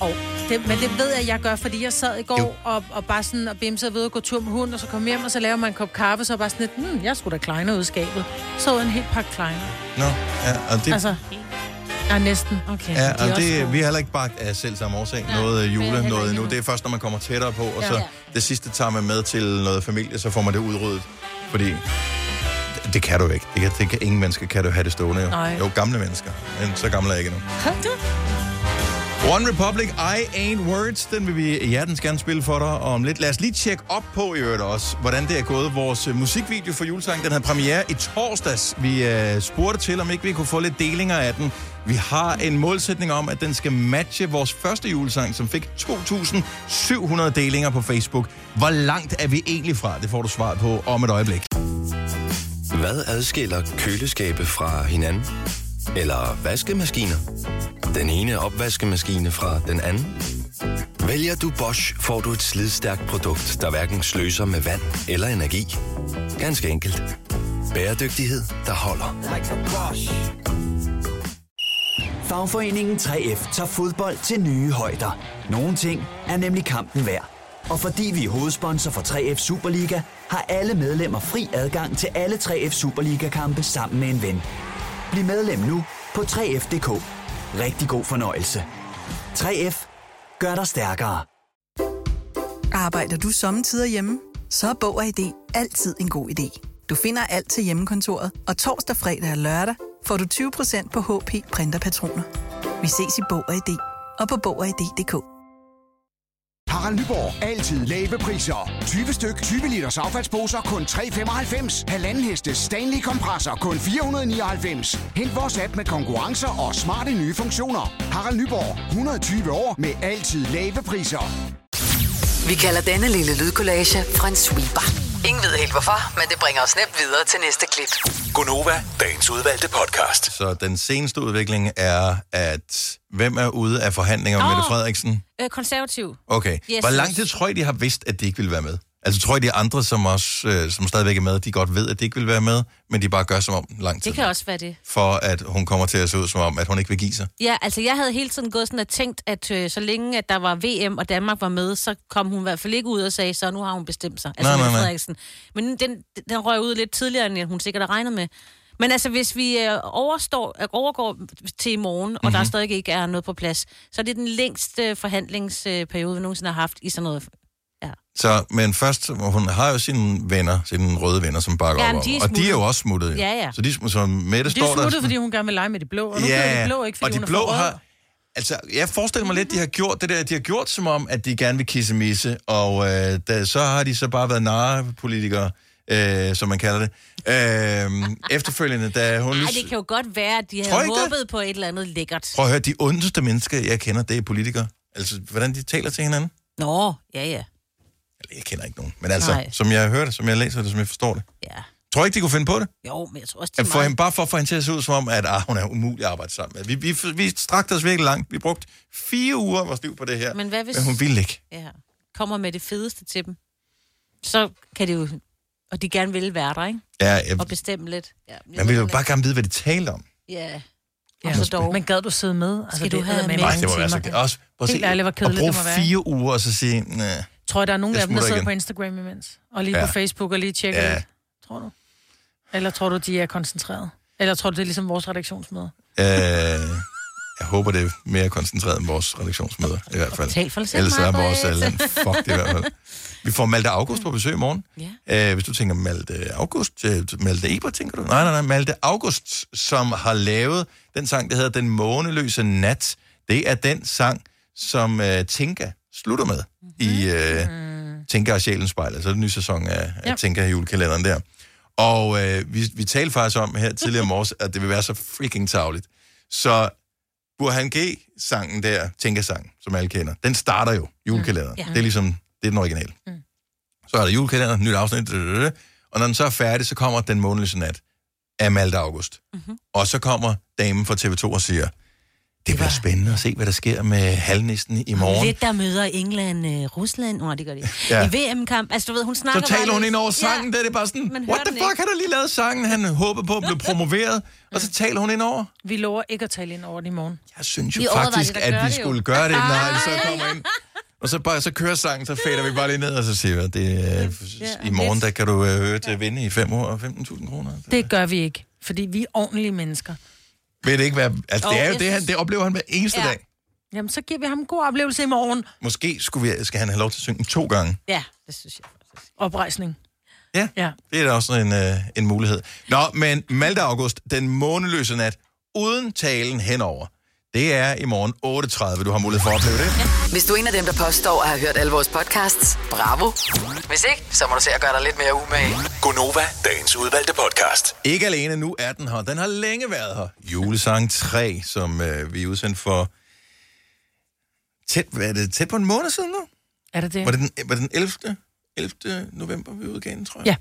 S3: Og det, men det ved jeg, jeg gør, fordi jeg sad i går og, og bare sådan og bimsede ved at gå tur med hunden, og så kom hjem, og så laver man en kop kaffe, så bare sådan lidt, hmm, jeg skulle da kleiner ud i skabet. Så en helt pakke kleiner.
S1: Nå, ja, og det,
S3: Det... Altså, ja, næsten. Okay.
S1: ja,
S3: men de er
S1: og
S3: også
S1: det,
S3: gode.
S1: vi har heller ikke bagt af selv samme årsag
S3: Nej,
S1: noget øh,
S3: det er heller
S1: jule,
S3: ikke
S1: noget nu.
S3: endnu.
S1: Det er først, når man kommer tættere på, og
S3: Ja.
S1: så
S3: Ja.
S1: det sidste tager man med til noget familie, så får man det udryddet. Fordi det- det kan du ikke. Det kan, det kan, ingen mennesker kan du have det stående. Jo.
S9: Nej.
S1: jo, gamle mennesker. Men så gammel er jeg ikke endnu. One Republic, I Ain't Words, den vil vi hjertens gerne spille for dig om lidt. Lad os lige tjekke op på i øvrigt også, hvordan det er gået. Vores øh, musikvideo for julesangen, den havde premiere i torsdags. Vi øh, spurgte til, om ikke vi kunne få lidt delinger af den. Vi har en målsætning om, at den skal matche vores første julesang, som fik 2.700 delinger på Facebook. Hvor langt er vi egentlig fra? Det får du svaret på om et øjeblik.
S21: Hvad adskiller køleskabe fra hinanden? Eller vaskemaskiner? Den ene opvaskemaskine fra den anden? Vælger du Bosch, får du et slidstærkt produkt, der hverken sløser med vand eller energi. Ganske enkelt. Bæredygtighed, der holder.
S13: Fagforeningen 3F tager fodbold til nye højder. Nogle ting er nemlig kampen værd. Og fordi vi er hovedsponsor for 3F Superliga, har alle medlemmer fri adgang til alle 3F Superliga-kampe sammen med en ven. Bliv medlem nu på 3F.dk. Rigtig god fornøjelse. 3F gør dig stærkere.
S22: Arbejder du sommetider hjemme? Så er Bog og ID altid en god idé. Du finder alt til hjemmekontoret, og torsdag, fredag og lørdag får du 20% på HP printerpatroner. Vi ses i Bog og ID og på Bog og ID.dk.
S23: Harald Nyborg. Altid lave priser. 20 styk, 20 liters affaldsposer kun 3,95. Halvanden heste Stanley kompresser kun 499. Hent vores app med konkurrencer og smarte nye funktioner. Harald Nyborg. 120 år med altid lave priser.
S2: Vi kalder denne lille lydkollage en sweeper. Ingen ved helt hvorfor, men det bringer os nemt videre til næste klip.
S11: Gonova, dagens udvalgte podcast.
S1: Så den seneste udvikling er, at hvem er ude af forhandlinger med
S4: Åh.
S1: Mette Frederiksen?
S4: Øh, konservativ.
S1: Okay.
S4: Yes,
S1: Yes, Hvor
S4: yes.
S1: lang tid tror I, de har vidst, at de ikke ville være med? Altså tror I, de andre, som, også, øh, som stadigvæk er med, de godt ved, at de ikke vil være med, men de bare gør som om lang tid,
S4: Det kan også være det.
S1: for at hun kommer til at se ud som om, at hun ikke vil give sig.
S4: Ja, altså jeg havde hele tiden gået sådan og tænkt, at øh, så længe at der var VM, og Danmark var med, så kom hun i hvert fald ikke ud og sagde, så nu har hun bestemt sig. Altså
S10: Nej, nej,
S4: Mette
S10: nej.
S4: Frederiksen. Men den, den røg ud lidt tidligere, end hun sikkert havde regnet med. Men altså, hvis vi øh, overstår, øh, overgår til i morgen, og mm-hmm. der
S1: Mhm.
S4: stadig ikke er noget på plads, så er det den længste øh, forhandlingsperiode, vi nogensinde har haft i sådan noget.
S1: Så, men først, hun har jo sine venner, sine røde venner, som bakker
S3: Ja,
S1: op
S3: men
S1: om.
S3: de er
S1: Og de er jo
S3: smuttet.
S1: også smuttet. jo.
S3: Ja, ja.
S1: Så de er så Mette
S3: De
S1: står
S3: er
S1: der...
S3: smuttet, fordi hun gerne vil lege med de blå, og nu
S1: Ja,
S3: yeah. de blå ikke, fordi
S1: og de
S3: hun
S1: blå
S3: er for rød.
S1: har... Altså, jeg forestiller mig lidt, de har gjort det der, de har gjort som om, at de gerne vil kisse misse, og øh, da, så har de så bare været narrepolitikere, øh, som man kalder det.
S3: [LAUGHS]
S1: Øh, efterfølgende, da hun...
S4: Nej, det kan jo godt være, at de
S1: Tror
S4: havde
S1: I ikke det?
S4: håbet på et eller andet lækkert.
S1: Prøv at høre, de ondeste mennesker, jeg kender, det er politikere. Altså, hvordan de taler til hinanden.
S4: Nå, ja, ja.
S1: Eller, jeg kender ikke nogen. Men altså,
S4: Nej.
S1: Nej. som jeg hører det, som jeg læser det, som jeg forstår det.
S4: Ja.
S1: Tror du ikke, de kunne finde på det?
S4: Jo, men jeg tror også, de
S1: At
S4: er
S1: for
S4: meget-
S1: hende, bare for at få hende til at se ud som om, at ah, hun er umulig at arbejde sammen med. Vi, vi, vi strakte os virkelig langt. Vi brugte fire uger af vores liv på det her.
S4: Men hvad hvis...
S1: Men hun ville ikke.
S4: Ja, kommer med det fedeste til dem. Så kan det jo... Og de gerne vil være der, ikke?
S1: Ja, jeg,
S4: Og bestemme lidt. Ja,
S1: man ville jo bare gerne vide, hvad de talte om.
S4: Ja.
S3: Ja.
S4: Og så dog.
S3: Men gad du sidde med? Altså,
S4: Skal du
S3: det er
S4: have
S3: eddermame
S1: Nej,
S3: mange
S1: det var altså
S3: timer.
S1: også... Prøv at
S3: Helt
S1: se,
S3: ærligt, hvor
S1: at
S3: kedeligt
S1: bruge
S3: det må være, ikke?
S1: fire uger og så sige... Næh.
S3: Tror jeg, der er nogen
S1: Jeg
S3: af dem, der
S1: smutter
S3: sidder igen.
S1: igen.
S3: på Instagram imens? Og lige ja.
S1: Ja.
S3: på Facebook og lige tjekker
S1: Ja.
S3: ja. lidt? Tror du? Eller tror du, de er koncentreret? Eller tror du, det er ligesom vores redaktionsmøder?
S1: Øh, jeg håber, det er mere koncentreret end vores redaktionsmøder, i hvert fald.
S3: Tal for dig selv,
S1: Ellers er
S3: Maj-Brit.
S1: vores øh, land fuck det i hvert fald. Vi får Malte August på besøg i morgen. Ja. Øh, hvis du tænker Malte August, øh, Malte Eber, tænker du? Nej, nej, nej, Malte August, som har lavet den sang, der hedder Den måneløse nat. Det er den sang, som øh, Tinka slutter med i øh, Tinka og Sjælens spejl, altså den nye sæson af, af
S7: Mhm. Ja.
S1: Tinka i julekalenderen der. Og øh, vi, vi talte faktisk om her tidligere i morges, at det vil være så freaking tavligt. Så Burhan G-sangen der, Tænkesangen, som alle kender, den starter jo julekalenderen.
S7: Mm, ja.
S1: Det er ligesom, det er den originale. Mm. Så er der julekalender, nyt afsnit, dødødødø. og når den så er færdig, så kommer den månedløse nat af Malte August. Mm-hmm. Og så kommer damen fra TV2 og siger, det bliver spændende at se, hvad der sker med halvnisten i morgen.
S4: Lidt der møder England, øh, Rusland. Nå, det gør de.
S1: Ja.
S4: ja. I VM-kamp. Altså, du ved, hun snakker
S1: Så taler
S4: bare
S1: hun
S4: lidt-
S1: ind over sangen, ja. der er det bare sådan,
S4: Man hører
S1: what the
S4: den
S1: fuck, han har lige lavet sangen, han håbede på at blive promoveret, og så taler hun ind over.
S3: [LAUGHS] Vi lover ikke at tale ind over den i morgen.
S1: Jeg synes jo
S3: Vi overvejer
S1: faktisk,
S3: det, der
S1: at
S3: gør
S1: vi
S3: det jo. Ah,
S1: skulle gøre
S3: [LAUGHS]
S1: det, nej, så kommer ind. Og så, bare, så kører sangen, så fader vi bare lige ned, og så siger vi, at det, øh, i morgen, der kan du øh, høre til at vinde i 5 år og 15.000 kroner.
S3: Det gør vi ikke, fordi vi er ordentlige mennesker.
S1: Vil det ikke være... Altså, det
S3: Jo,
S1: er jo
S3: jeg
S1: det, han,
S3: synes-
S1: det oplever han hver eneste
S3: Ja.
S1: ja. dag.
S3: Jamen, så giver vi ham en god oplevelse i morgen.
S1: Måske skulle vi, skal han have lov til at synge den to gange.
S3: Ja, det synes jeg faktisk. Oprejsning.
S1: Ja.
S3: ja.
S1: Det er da også en, øh, en mulighed. Nå, men Malte August, den måneløse nat, uden talen henover, det er i morgen 8.30, du har mulighed for at opleve det.
S2: Hvis du er en af dem, der påstår at have hørt alle vores podcasts, bravo. Hvis ikke, så må du se at gøre dig lidt mere umage.
S11: Gonova, dagens udvalgte podcast.
S1: Ikke alene, nu er den her. Den har længe været her. Julesang 3, som øh, vi udsendte for tæt, hvad er det, tæt på en måned siden nu.
S3: Er det det?
S1: Var det den, var det den 11. 11. november, vi udgav den, tror jeg?
S3: Ja.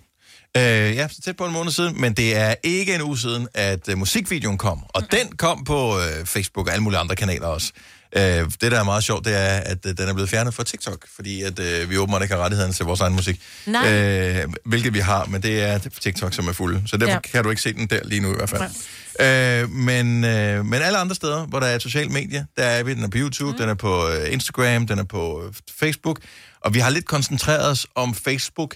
S1: Øh, ja, så tæt på en måned siden, men det er ikke en uge siden, at øh, musikvideoen kom. Og den kom på øh, Facebook og alle mulige andre kanaler også. Øh, det, der er meget sjovt, det er, at øh, den er blevet fjernet fra TikTok, fordi at, øh, vi åbenbart ikke har rettighederne til vores egen musik.
S7: Nej.
S1: Øh, hvilket vi har, men det er TikTok, som er fuld. Så derfor
S7: Ja.
S1: ja. kan du ikke se den der lige nu i hvert fald. Øh, men, øh, men alle andre steder, hvor der er sociale medier, der er vi. Den er på YouTube, mm. den er på øh, Instagram, den er på øh, Facebook. Og vi har lidt koncentreret os om Facebook,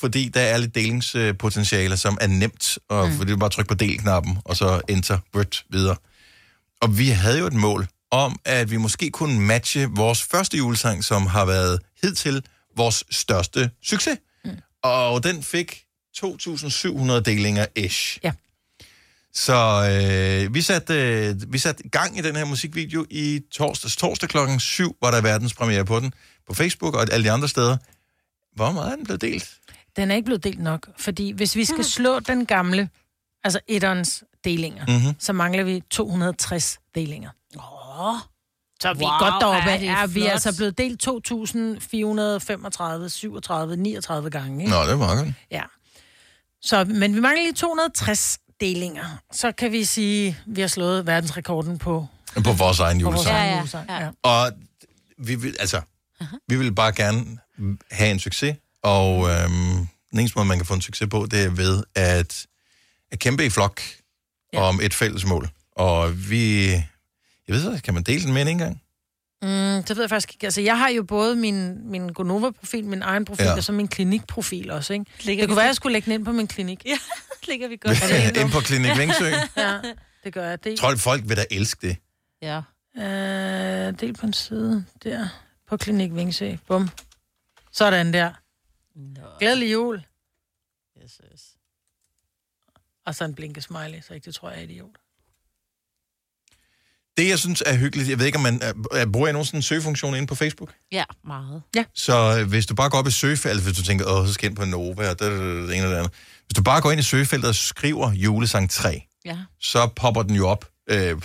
S1: fordi der er lidt delingspotentialer, som er nemt. Og mm. fordi du bare trykker på del-knappen, og så enter word videre. Og vi havde jo et mål om, at vi måske kunne matche vores første julesang, som har været hidtil vores største succes. Mm. Og den fik 2.700 delinger ish.
S3: Ja.
S1: Så øh, vi, satte, øh, vi satte gang i den her musikvideo i torsdags. Torsdag klokken 7 var der verdenspremiere på den på Facebook og alle de andre steder. Hvor meget er den blevet delt?
S3: Den er ikke blevet delt nok, fordi hvis vi skal slå den gamle, altså etterens delinger,
S1: Mhm.
S3: så mangler vi 260 delinger.
S4: Åh.
S3: Så er vi
S4: Wow,
S3: er godt deroppe.
S4: er
S3: Er
S4: det
S3: er vi er
S4: flot.
S3: altså blevet delt 2.435, 37, 39 gange. Ikke?
S1: Nå, det er meget godt.
S3: Ja. Så, men vi mangler lige 260 delinger. Så kan vi sige, at vi har slået verdensrekorden på
S1: På vores egen
S3: på vores
S1: julesang.
S3: egen julesang. Ja, ja.
S1: Og vi vil, altså, vi vil bare gerne have en succes, og øhm, den eneste måde, man kan få en succes på, det er ved at, at kæmpe i flok ja. om et fælles mål. Og vi... Jeg ved så, kan man dele den med en engang?
S3: Mm, det ved jeg faktisk ikke. Altså, jeg har jo både min, min Gonova-profil, min egen profil,
S1: Ja.
S3: ja. og så min klinikprofil også, ikke? Ligger det kunne være, at jeg skulle lægge den ind på min klinik. Ja, [LAUGHS] ligger vi
S1: godt. Er det ikke nu?
S3: [LAUGHS]
S1: Ind på Klinik Vingsø?
S3: ja, det gør jeg. Det,
S1: Tror du, folk vil da elske det?
S3: Ja. Øh, del på en side der. På Klinik Vingsø. Bum. Sådan der. Nå. Glædelig jul. Yes, yes. Og så en blinke smiley, så ikke det tror jeg er idiot.
S1: Det, jeg synes er hyggeligt, jeg ved ikke, om man... Er, bruger jeg nogen sådan en søgefunktion inde på Facebook?
S4: Ja, meget.
S3: Ja.
S1: Så øh, hvis du bare går op i søgefeltet, hvis du tænker, åh, så skal jeg ind på Nova, og det, det, det, det ene og det andet. Hvis du bare går ind i søgefeltet og skriver julesang 3,
S4: Ja.
S1: så popper den jo op. Øh,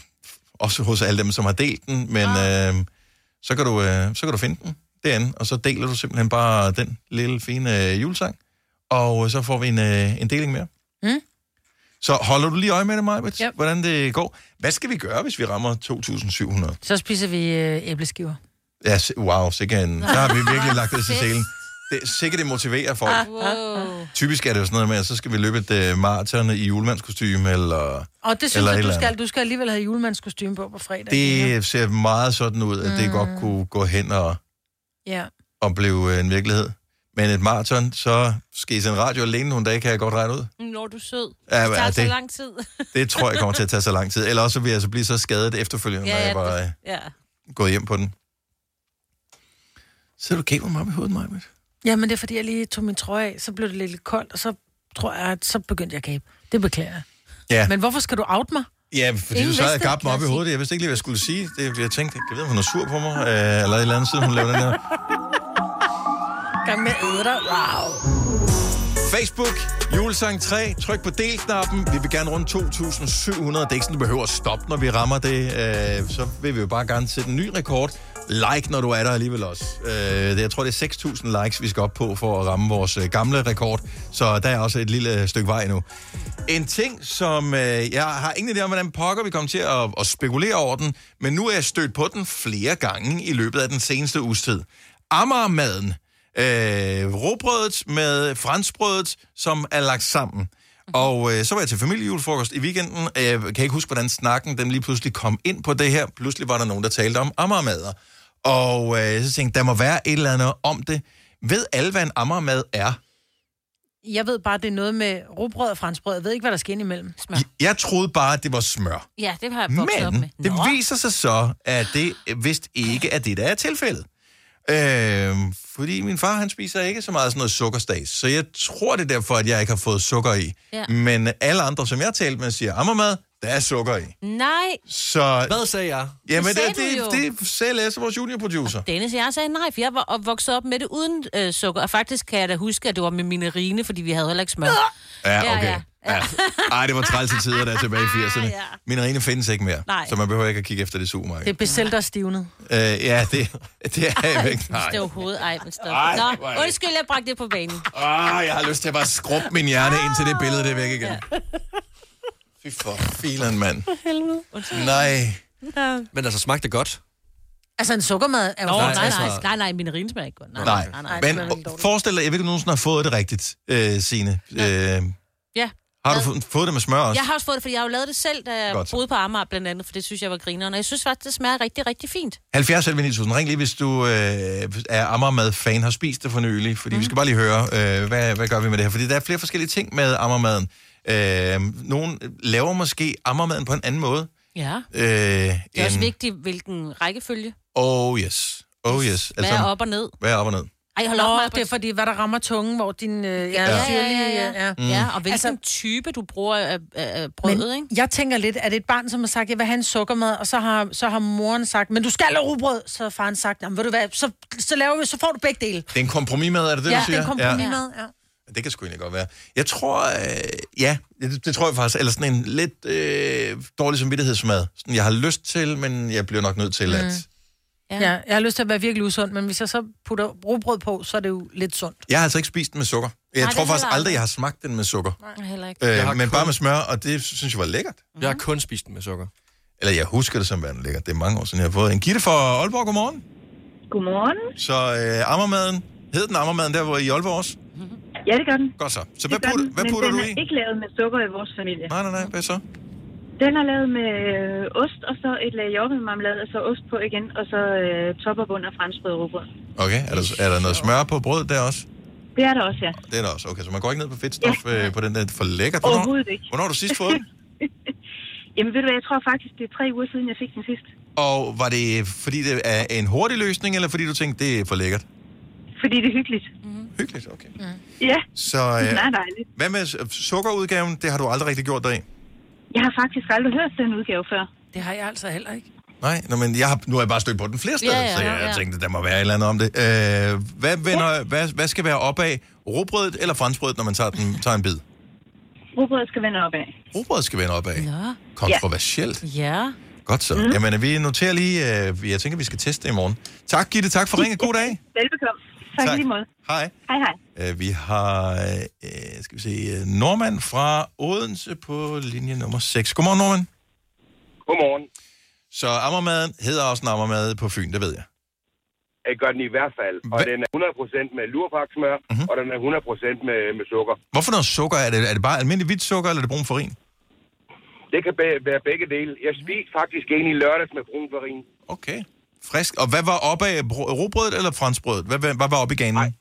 S1: også hos alle dem, som har delt den, men
S3: Ah.
S1: øh, så, kan du, øh, så kan du finde den derinde, og så deler du simpelthen bare den lille fine øh, julesang, og så får vi en, øh, en deling mere.
S3: Mm.
S1: Så holder du lige øje med det, Majbet, yep. hvordan det går. Hvad skal vi gøre, hvis vi rammer 2.700?
S3: Så spiser vi øh, æbleskiver.
S1: Ja, se- wow, sikkert en, der har vi virkelig lagt det til selen. Det, sikkert det motiverer
S3: Ah,
S1: folk.
S3: Wow.
S1: Typisk er det jo sådan noget med, at så skal vi løbe et øh, maraton i julemandskostyme, eller...
S3: Og det synes
S1: eller
S3: jeg,
S1: et
S3: du
S1: eller andet.
S3: skal, du skal alligevel have julemandskostyme på på fredag.
S1: Det ser
S3: Mm.
S1: meget sådan ud, at det godt kunne gå hen og,
S3: Ja.
S1: og blive øh, en virkelighed. Men et maraton, så skal I sende radio alene nogle dage, kan jeg godt regne ud.
S4: Når du er sød.
S1: Ja,
S4: Ja, det
S1: men
S4: tager
S1: er
S4: det... så
S1: det-
S4: lang tid.
S1: Det tror jeg kommer til at tage så lang tid. Eller også vil jeg så blive så skadet efterfølgende, ja, når jeg bare
S4: det- ja.
S1: er gået hjem på den. Så er du gav mig op i hovedet, Maja.
S3: Ja, men det er fordi, jeg lige tog min trøje af, så blev det lidt lidt koldt, og så tror jeg, at så begyndte jeg at gabe. Det beklager jeg.
S1: Ja.
S3: Men hvorfor skal du out mig?
S1: Ja, fordi
S3: Ingen
S1: Ingen så havde jeg
S3: vidste det,
S1: gabt mig op i
S3: kan jeg
S1: hovedet. Jeg vidste ikke lige, hvad jeg skulle sige. Det, jeg tænkte, jeg ved, om hun er sur på mig, øh, eller et eller andet siden, hun laver den der.
S3: Gang med at æde dig. Wow.
S1: Facebook, julesang 3, tryk på del-knappen. Vi vil gerne runde 2.700. Det er ikke sådan, du behøver at stoppe, når vi rammer det. Øh, så vil vi jo bare gerne sætte en ny rekord. Like, når du er der alligevel også. Øh, det- jeg tror, det er 6.000 likes, vi skal op på for at ramme vores øh, gamle rekord. Så der er også et lille øh, stykke vej nu. En ting, som øh, jeg har ingen idé om, hvordan pokker vi kommer til at, at spekulere over den, men nu er jeg stødt på den flere gange i løbet af den seneste uges tid. Amagermaden. Øh, råbrødet med franskbrødet, som er lagt sammen. Og øh, så var jeg til familiejulefrokost i weekenden. Øh, Jeg kan ikke huske, hvordan snakken den lige pludselig kom ind på det her. Pludselig var der nogen, der talte om Amagermader. Og øh, så tænkte jeg, der må være et eller andet om det. Ved alle, hvad en Amagermad er?
S3: Jeg ved bare, det er noget med rugbrød og franskbrød. Jeg ved ikke, hvad der skal ind imellem. Smør.
S1: Jeg troede bare, det var smør.
S4: Ja, det har jeg vokset op
S1: Men
S4: med.
S1: det viser sig så, at det vist ikke er det, der er tilfældet. Øh, fordi min far, han spiser ikke så meget sådan noget sukkerstas, så jeg tror, det er derfor, at jeg ikke har fået sukker i.
S4: Ja.
S1: Men alle andre, som jeg har talt med, siger, ammermad, der er sukker i.
S4: Nej.
S1: Så,
S5: Hvad sagde jeg?
S1: Jamen,
S4: Det
S1: det,
S4: sagde
S1: det,
S4: du jo.
S1: det, det sagde Lasse, vores juniorproducer.
S4: Dennis, jeg sagde nej, for jeg var op- vokset op med det uden øh, sukker. Og faktisk kan jeg da huske, at det var med minerine, fordi vi havde heller ikke smør.
S1: Ja, okay. Ja. Ej, det var trælse tider, der er tilbage
S4: [LAUGHS]
S1: i 80'erne. Minerine findes ikke mere,
S3: Nej.
S1: så man behøver ikke at kigge efter det supermarked.
S3: Det er bestilt og stivnet.
S1: Øh, ja, det, det er
S4: [LAUGHS]
S1: jeg ikke. Nej.
S4: Det var hovedet. Ej, men stop.
S1: Ej, hvor er
S4: Nå,
S1: det-
S4: undskyld, jeg bragte det på banen.
S1: Ah, jeg har lyst til at bare skrubbe min hjerne ind til det billede, det er væk igen. Ja. Fy for filen, mand.
S3: For helvede.
S1: Nej.
S3: Ja.
S5: Men altså, smagte det godt?
S3: Altså, en sukkermad er jo...
S5: Nå,
S3: nej,
S5: nej,
S3: nej,
S5: altså-
S4: Nej, nej, minerine smager ikke godt. Nej,
S1: Nej, men forestil dig, jeg ved ikke, om du nogensinde har fået det rigtigt, øh, Signe. Øh,
S4: Ja.
S1: har du fået, fået det med smør også?
S4: Jeg har også fået det, fordi jeg har jo lavet det selv, da jeg
S1: Godt.
S4: boede på Amager blandt andet, for det synes jeg var grineren. Og jeg synes faktisk, det smager rigtig, rigtig fint.
S1: 70 11 9000. Ring lige, hvis du øh, er Ammermad-fan, har spist det for nylig. Fordi mm.
S4: Mhm.
S1: vi skal bare lige høre, øh, hvad, hvad gør vi med det her? Fordi der er flere forskellige ting med Ammermaden. Øh, nogen laver måske Ammermaden på en anden måde.
S4: Ja.
S1: Øh,
S4: Det er også
S1: end-
S4: vigtigt, hvilken rækkefølge.
S1: Oh yes. Oh yes.
S4: Hvad er op og ned?
S1: Hvad er op og ned?
S4: Ej, hold
S3: Nå,
S4: op, Maja.
S3: det er fordi, hvad der rammer tungen, hvor din... Øh, ja,
S4: Ja,
S3: ja,
S4: ja, ja, ja.
S3: ja.
S1: Mm.
S4: Ja, og hvilken altså, type du bruger af, af af brødet, ikke?
S3: Jeg tænker lidt, at et barn, som har sagt, jeg vil have en sukkermad, og så har, så har moren sagt, men du skal have rugbrød, så har faren sagt, jamen ved du hvad, så, så, laver vi, så får du begge dele.
S1: Det er en kompromismad, er det det,
S3: ja,
S1: du siger?
S3: den kompromismad, ja. ja.
S1: Ja, det kan sgu egentlig godt være. Jeg tror, øh, ja, det, det tror jeg faktisk, eller sådan en lidt øh, dårlig samvittighedsmad. Sådan, jeg har lyst til, men jeg bliver nok nødt til mm. at...
S3: Ja. ja. jeg har lyst til at være virkelig usund, men hvis jeg så putter rugbrød på, så er det jo lidt sundt.
S1: Jeg har altså ikke spist den med sukker. Jeg
S3: Nej,
S1: Nej, tror
S3: det
S1: faktisk
S3: heller
S1: aldrig,
S3: aldrig.
S1: jeg har smagt den med sukker.
S4: Nej, heller ikke.
S1: Øh,
S5: Jeg har
S1: men bare med smør, og det synes jeg var lækkert.
S5: Jeg har kun spist den med sukker.
S1: Eller jeg husker det som værende lækkert. Det er mange år siden, jeg har fået en Gitte fra Aalborg. Godmorgen.
S7: Godmorgen.
S1: Så øh, ammermaden. Hed den ammermaden der, hvor I i Aalborg også?
S7: Ja, det gør den.
S1: Godt så. Så
S7: det
S1: hvad
S7: gør
S1: putter,
S7: den,
S1: hvad
S7: men
S1: putter
S7: den
S1: du
S7: er
S1: i?
S7: ikke lavet med sukker i vores familie.
S1: Nej, nej, nej. Hvad så?
S7: Den er lavet med øh, ost, og så et lag jordbærmarmelade, og så ost på igen, og så øh, top og bund af franskbrød og rugbrød.
S1: Okay, er der, er der noget smør på brødet der også?
S7: Det er der også, ja.
S1: Det er der også. Okay, så man går ikke ned på fedtstof ja. øh, på den der for lækkert. Hvornår,
S7: Overhovedet ikke.
S1: hvornår har du sidst fået den?
S7: Jamen ved du hvad, jeg tror faktisk, det er tre uger siden, jeg fik den sidst.
S1: Og var det, fordi det er en hurtig løsning, eller fordi du tænkte, det er for lækkert?
S7: Fordi det er hyggeligt.
S3: Mm-hmm.
S1: Hyggeligt, okay.
S7: Ja,
S1: Så
S7: den er
S1: øh,
S7: dejligt.
S1: hvad med s- sukkerudgaven? Det har du aldrig rigtig gjort dig i.
S7: Jeg har faktisk aldrig hørt den udgave før.
S3: Det har jeg altså heller ikke.
S1: Nej, nå, men jeg har, nu har jeg bare stødt på den flere steder,
S7: Ja, ja,
S1: så jeg,
S7: ja.
S1: jeg tænkte, der må være et eller andet om det. Øh, hvad, vender, hvad, hvad skal være opad? Råbrødet eller franskbrødet, når man tager, den, tager en bid?
S7: Rugbrød skal vende opad.
S1: Råbrødet skal vende opad.
S4: Ja.
S1: Kontroversielt.
S4: Ja.
S1: Godt så. Jamen, vi noterer lige, øh, jeg tænker, vi skal teste det i morgen. Tak, Gitte. Tak for ringet. God dag.
S7: Velbekomme. Tak,
S1: Tak.
S7: tak. lige måde.
S1: Hej.
S7: Hej, hej.
S1: Øh, Vi har, øh, skal vi se, øh, Norman fra Odense på linje nummer 6. Godmorgen, Norman.
S9: Godmorgen.
S1: Så ammermaden hedder også en ammermad på Fyn, det ved jeg.
S9: Det gør den i hvert fald. Og den er 100% med lurpaksmør,
S1: Mhm.
S9: mm-hmm. og den er 100% med, med sukker.
S1: Hvorfor noget sukker? Er det, er det bare almindelig hvidt sukker, eller er det brun farin?
S9: Det kan be- være begge dele. Jeg spiste faktisk en i lørdags med brun farin.
S1: Okay. Frisk. Og hvad var op af råbrødet eller franskbrødet? Hvad, hvad, hvad var op i ganen? Nej.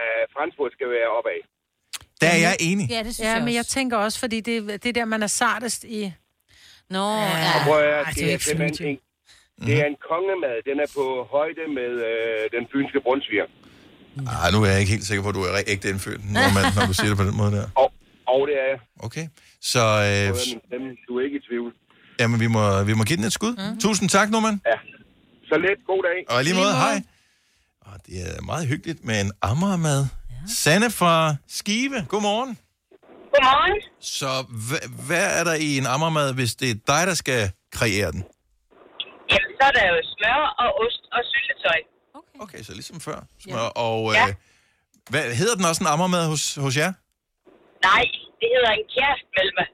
S9: Øh, franskbrød skal være opad.
S1: Der er jeg enig.
S3: Ja, det synes ja, jeg men jeg tænker også, fordi det, det er der, man er sartest i.
S4: Nå, ja.
S9: Og prøv at høre,
S3: Ej, det er
S9: det,
S3: jo
S9: er
S3: ikke
S9: simpelthen en, det er en
S1: Mhm.
S9: kongemad. Den er på højde med øh, den fynske brunsviger.
S1: Ej, Ah, nu er jeg ikke helt sikker på, at du er ægte indfødt, når, man, når du siger det på den måde der.
S9: [LAUGHS] Og det er jeg.
S1: Okay. Så
S9: Prøv
S1: øh,
S9: at høre min stemme. Du er ikke i tvivl.
S1: jamen, vi, må, vi må give den et skud. Mm. Tusind tak, Norman.
S9: Ja. Så let. God dag.
S1: Og i lige måde, hej. Og det er meget hyggeligt med en ammermad. Ja. Sanne fra Skive, godmorgen.
S10: Godmorgen.
S1: Så hva- hvad er der i en ammermad, hvis det er dig, der skal kreere den?
S10: Jamen, så er der jo smør og ost og syltetøj.
S1: Okay, så ligesom før. Smør. Og øh, hvad, hedder den også en ammermad hos, hos jer?
S10: Nej, det hedder en kæreste Melma.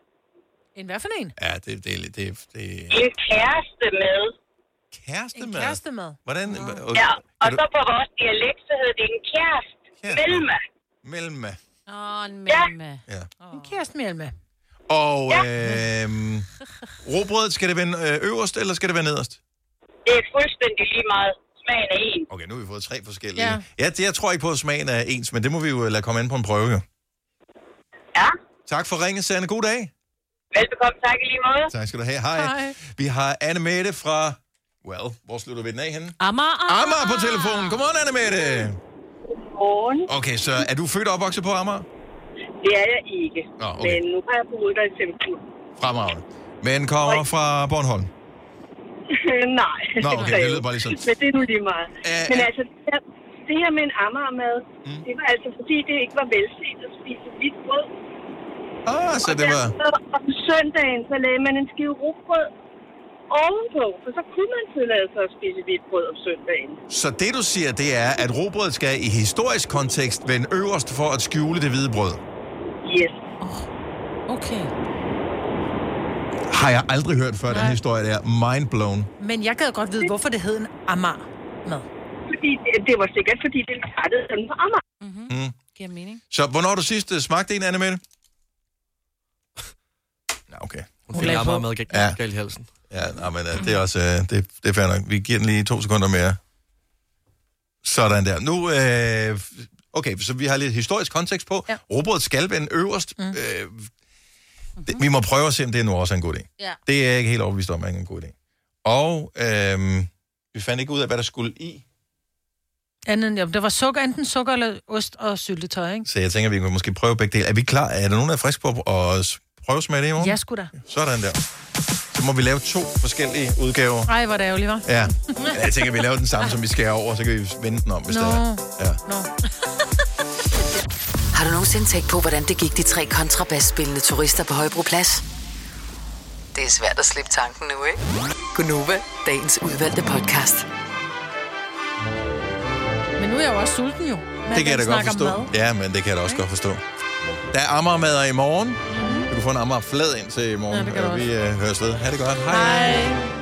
S3: En hvad for en?
S1: Ja, det, det, er lidt- det, det
S10: En kæreste med.
S1: Kæreste
S3: En kæreste med.
S1: Hvordan? Okay.
S10: Ja, og
S1: kan
S10: så
S1: du-
S10: på vores dialekt, så hedder det en kæreste Melma.
S1: Mellem.
S3: Åh, en melme.
S1: Ja.
S3: En kæreste melme.
S1: Og øh, robrødet, skal det vende øh, øverst, eller skal det være nederst?
S10: Det er fuldstændig lige meget. Smagen er en.
S1: Okay, nu har vi fået tre forskellige.
S10: Ja.
S1: Ja. Ja, det, jeg tror ikke på, at smagen er ens, men det må vi jo øh, lade komme an på en prøve. Jo.
S10: Ja.
S1: Tak for ringen, Sanne. God dag.
S10: Velbekomme, tak i lige måde.
S1: Tak skal du have. Hej. Hej. Vi har Anne-Mette fra... Well, hvor slutter vi den af henne?
S4: Amager.
S1: Amager på telefonen. Godmorgen, Anne-Mette.
S12: Godmorgen.
S1: Okay, så er du født og opvokset på Amager?
S12: Det er jeg ikke.
S1: Nå, okay.
S12: Men nu har jeg boet der i 15 år.
S1: Fremragende. Men kommer fra Bornholm.
S12: [LAUGHS] Nej.
S1: Nå,
S12: [LAUGHS]
S1: okay, det lød bare lige sådan.
S12: Men det er nu lige meget. Men altså, det her, det her med en amagermad, mm. det var altså fordi, det ikke var velset at spise hvidt brød.
S1: Ah, så det var...
S12: Så om søndagen, så lagde man en skive rugbrød ovenpå, for så kunne man tillade sig at spise hvidt brød om søndagen.
S1: Så det, du siger, det er, at robrødet skal i historisk kontekst vende øverst for at skjule det hvide brød.
S12: Yes.
S3: Okay.
S1: Har jeg aldrig hørt før, den historie der. Mind blown.
S3: Men jeg gad godt vide, hvorfor det hed en amar mad.
S12: Fordi det, det var sikkert, fordi det startede sådan på Amager.
S1: Mm.
S3: Giver mening.
S1: Så hvornår har du sidst øh, smagte en,
S5: [LAUGHS]
S1: Annemette? Nå, okay.
S5: Hun fik
S1: lagde
S5: meget
S1: på.
S5: mad galt ja. i halsen.
S1: Ja, nej, men øh, det er også... øh, Det, det er fair nok. Vi giver den lige to sekunder mere. Sådan der. Nu, øh, okay, så vi har lidt historisk kontekst på. Ja. Robrødet skal vende øverst. Mm. Øh, det, vi må prøve at se, om det nu også er en god idé.
S3: Ja.
S1: Det er jeg ikke helt overbevist om, er en god idé. Og øhm, vi fandt ikke ud af, hvad der skulle i.
S3: Anden, ja, der var sukker, enten sukker eller ost og syltetøj, ikke?
S1: Så jeg tænker, vi kan måske prøve begge dele. Er vi klar? Er der nogen, der er frisk på at s- prøve at smage det i morgen?
S3: Ja, sgu da.
S1: Sådan der. Så må vi lave to forskellige udgaver.
S3: Ej, hvor er det ærgerligt, var.
S1: Ja, Men jeg tænker, vi laver den samme, som vi skærer over, så kan vi vende den om, hvis
S3: Nå.
S1: det er. Ja.
S2: Har du nogensinde tænkt på, hvordan det gik de tre kontrabasspillende turister på Højbroplads? Det er svært at slippe tanken nu, ikke? Gunova, dagens udvalgte podcast.
S3: [LAUGHS] Men nu er jeg jo også sulten, jo. Når
S1: Det kan jeg da
S3: den
S1: godt
S3: snakker
S1: forstå.
S3: mad.
S1: Ja, men det kan jeg da også godt forstå. Der er Amager-mader
S3: Mhm.
S1: øh, i morgen. Du kan få en Amager flad ind til i morgen. Ja, det kan vi øh, høres ved. Ha' det godt. Hej. Hej.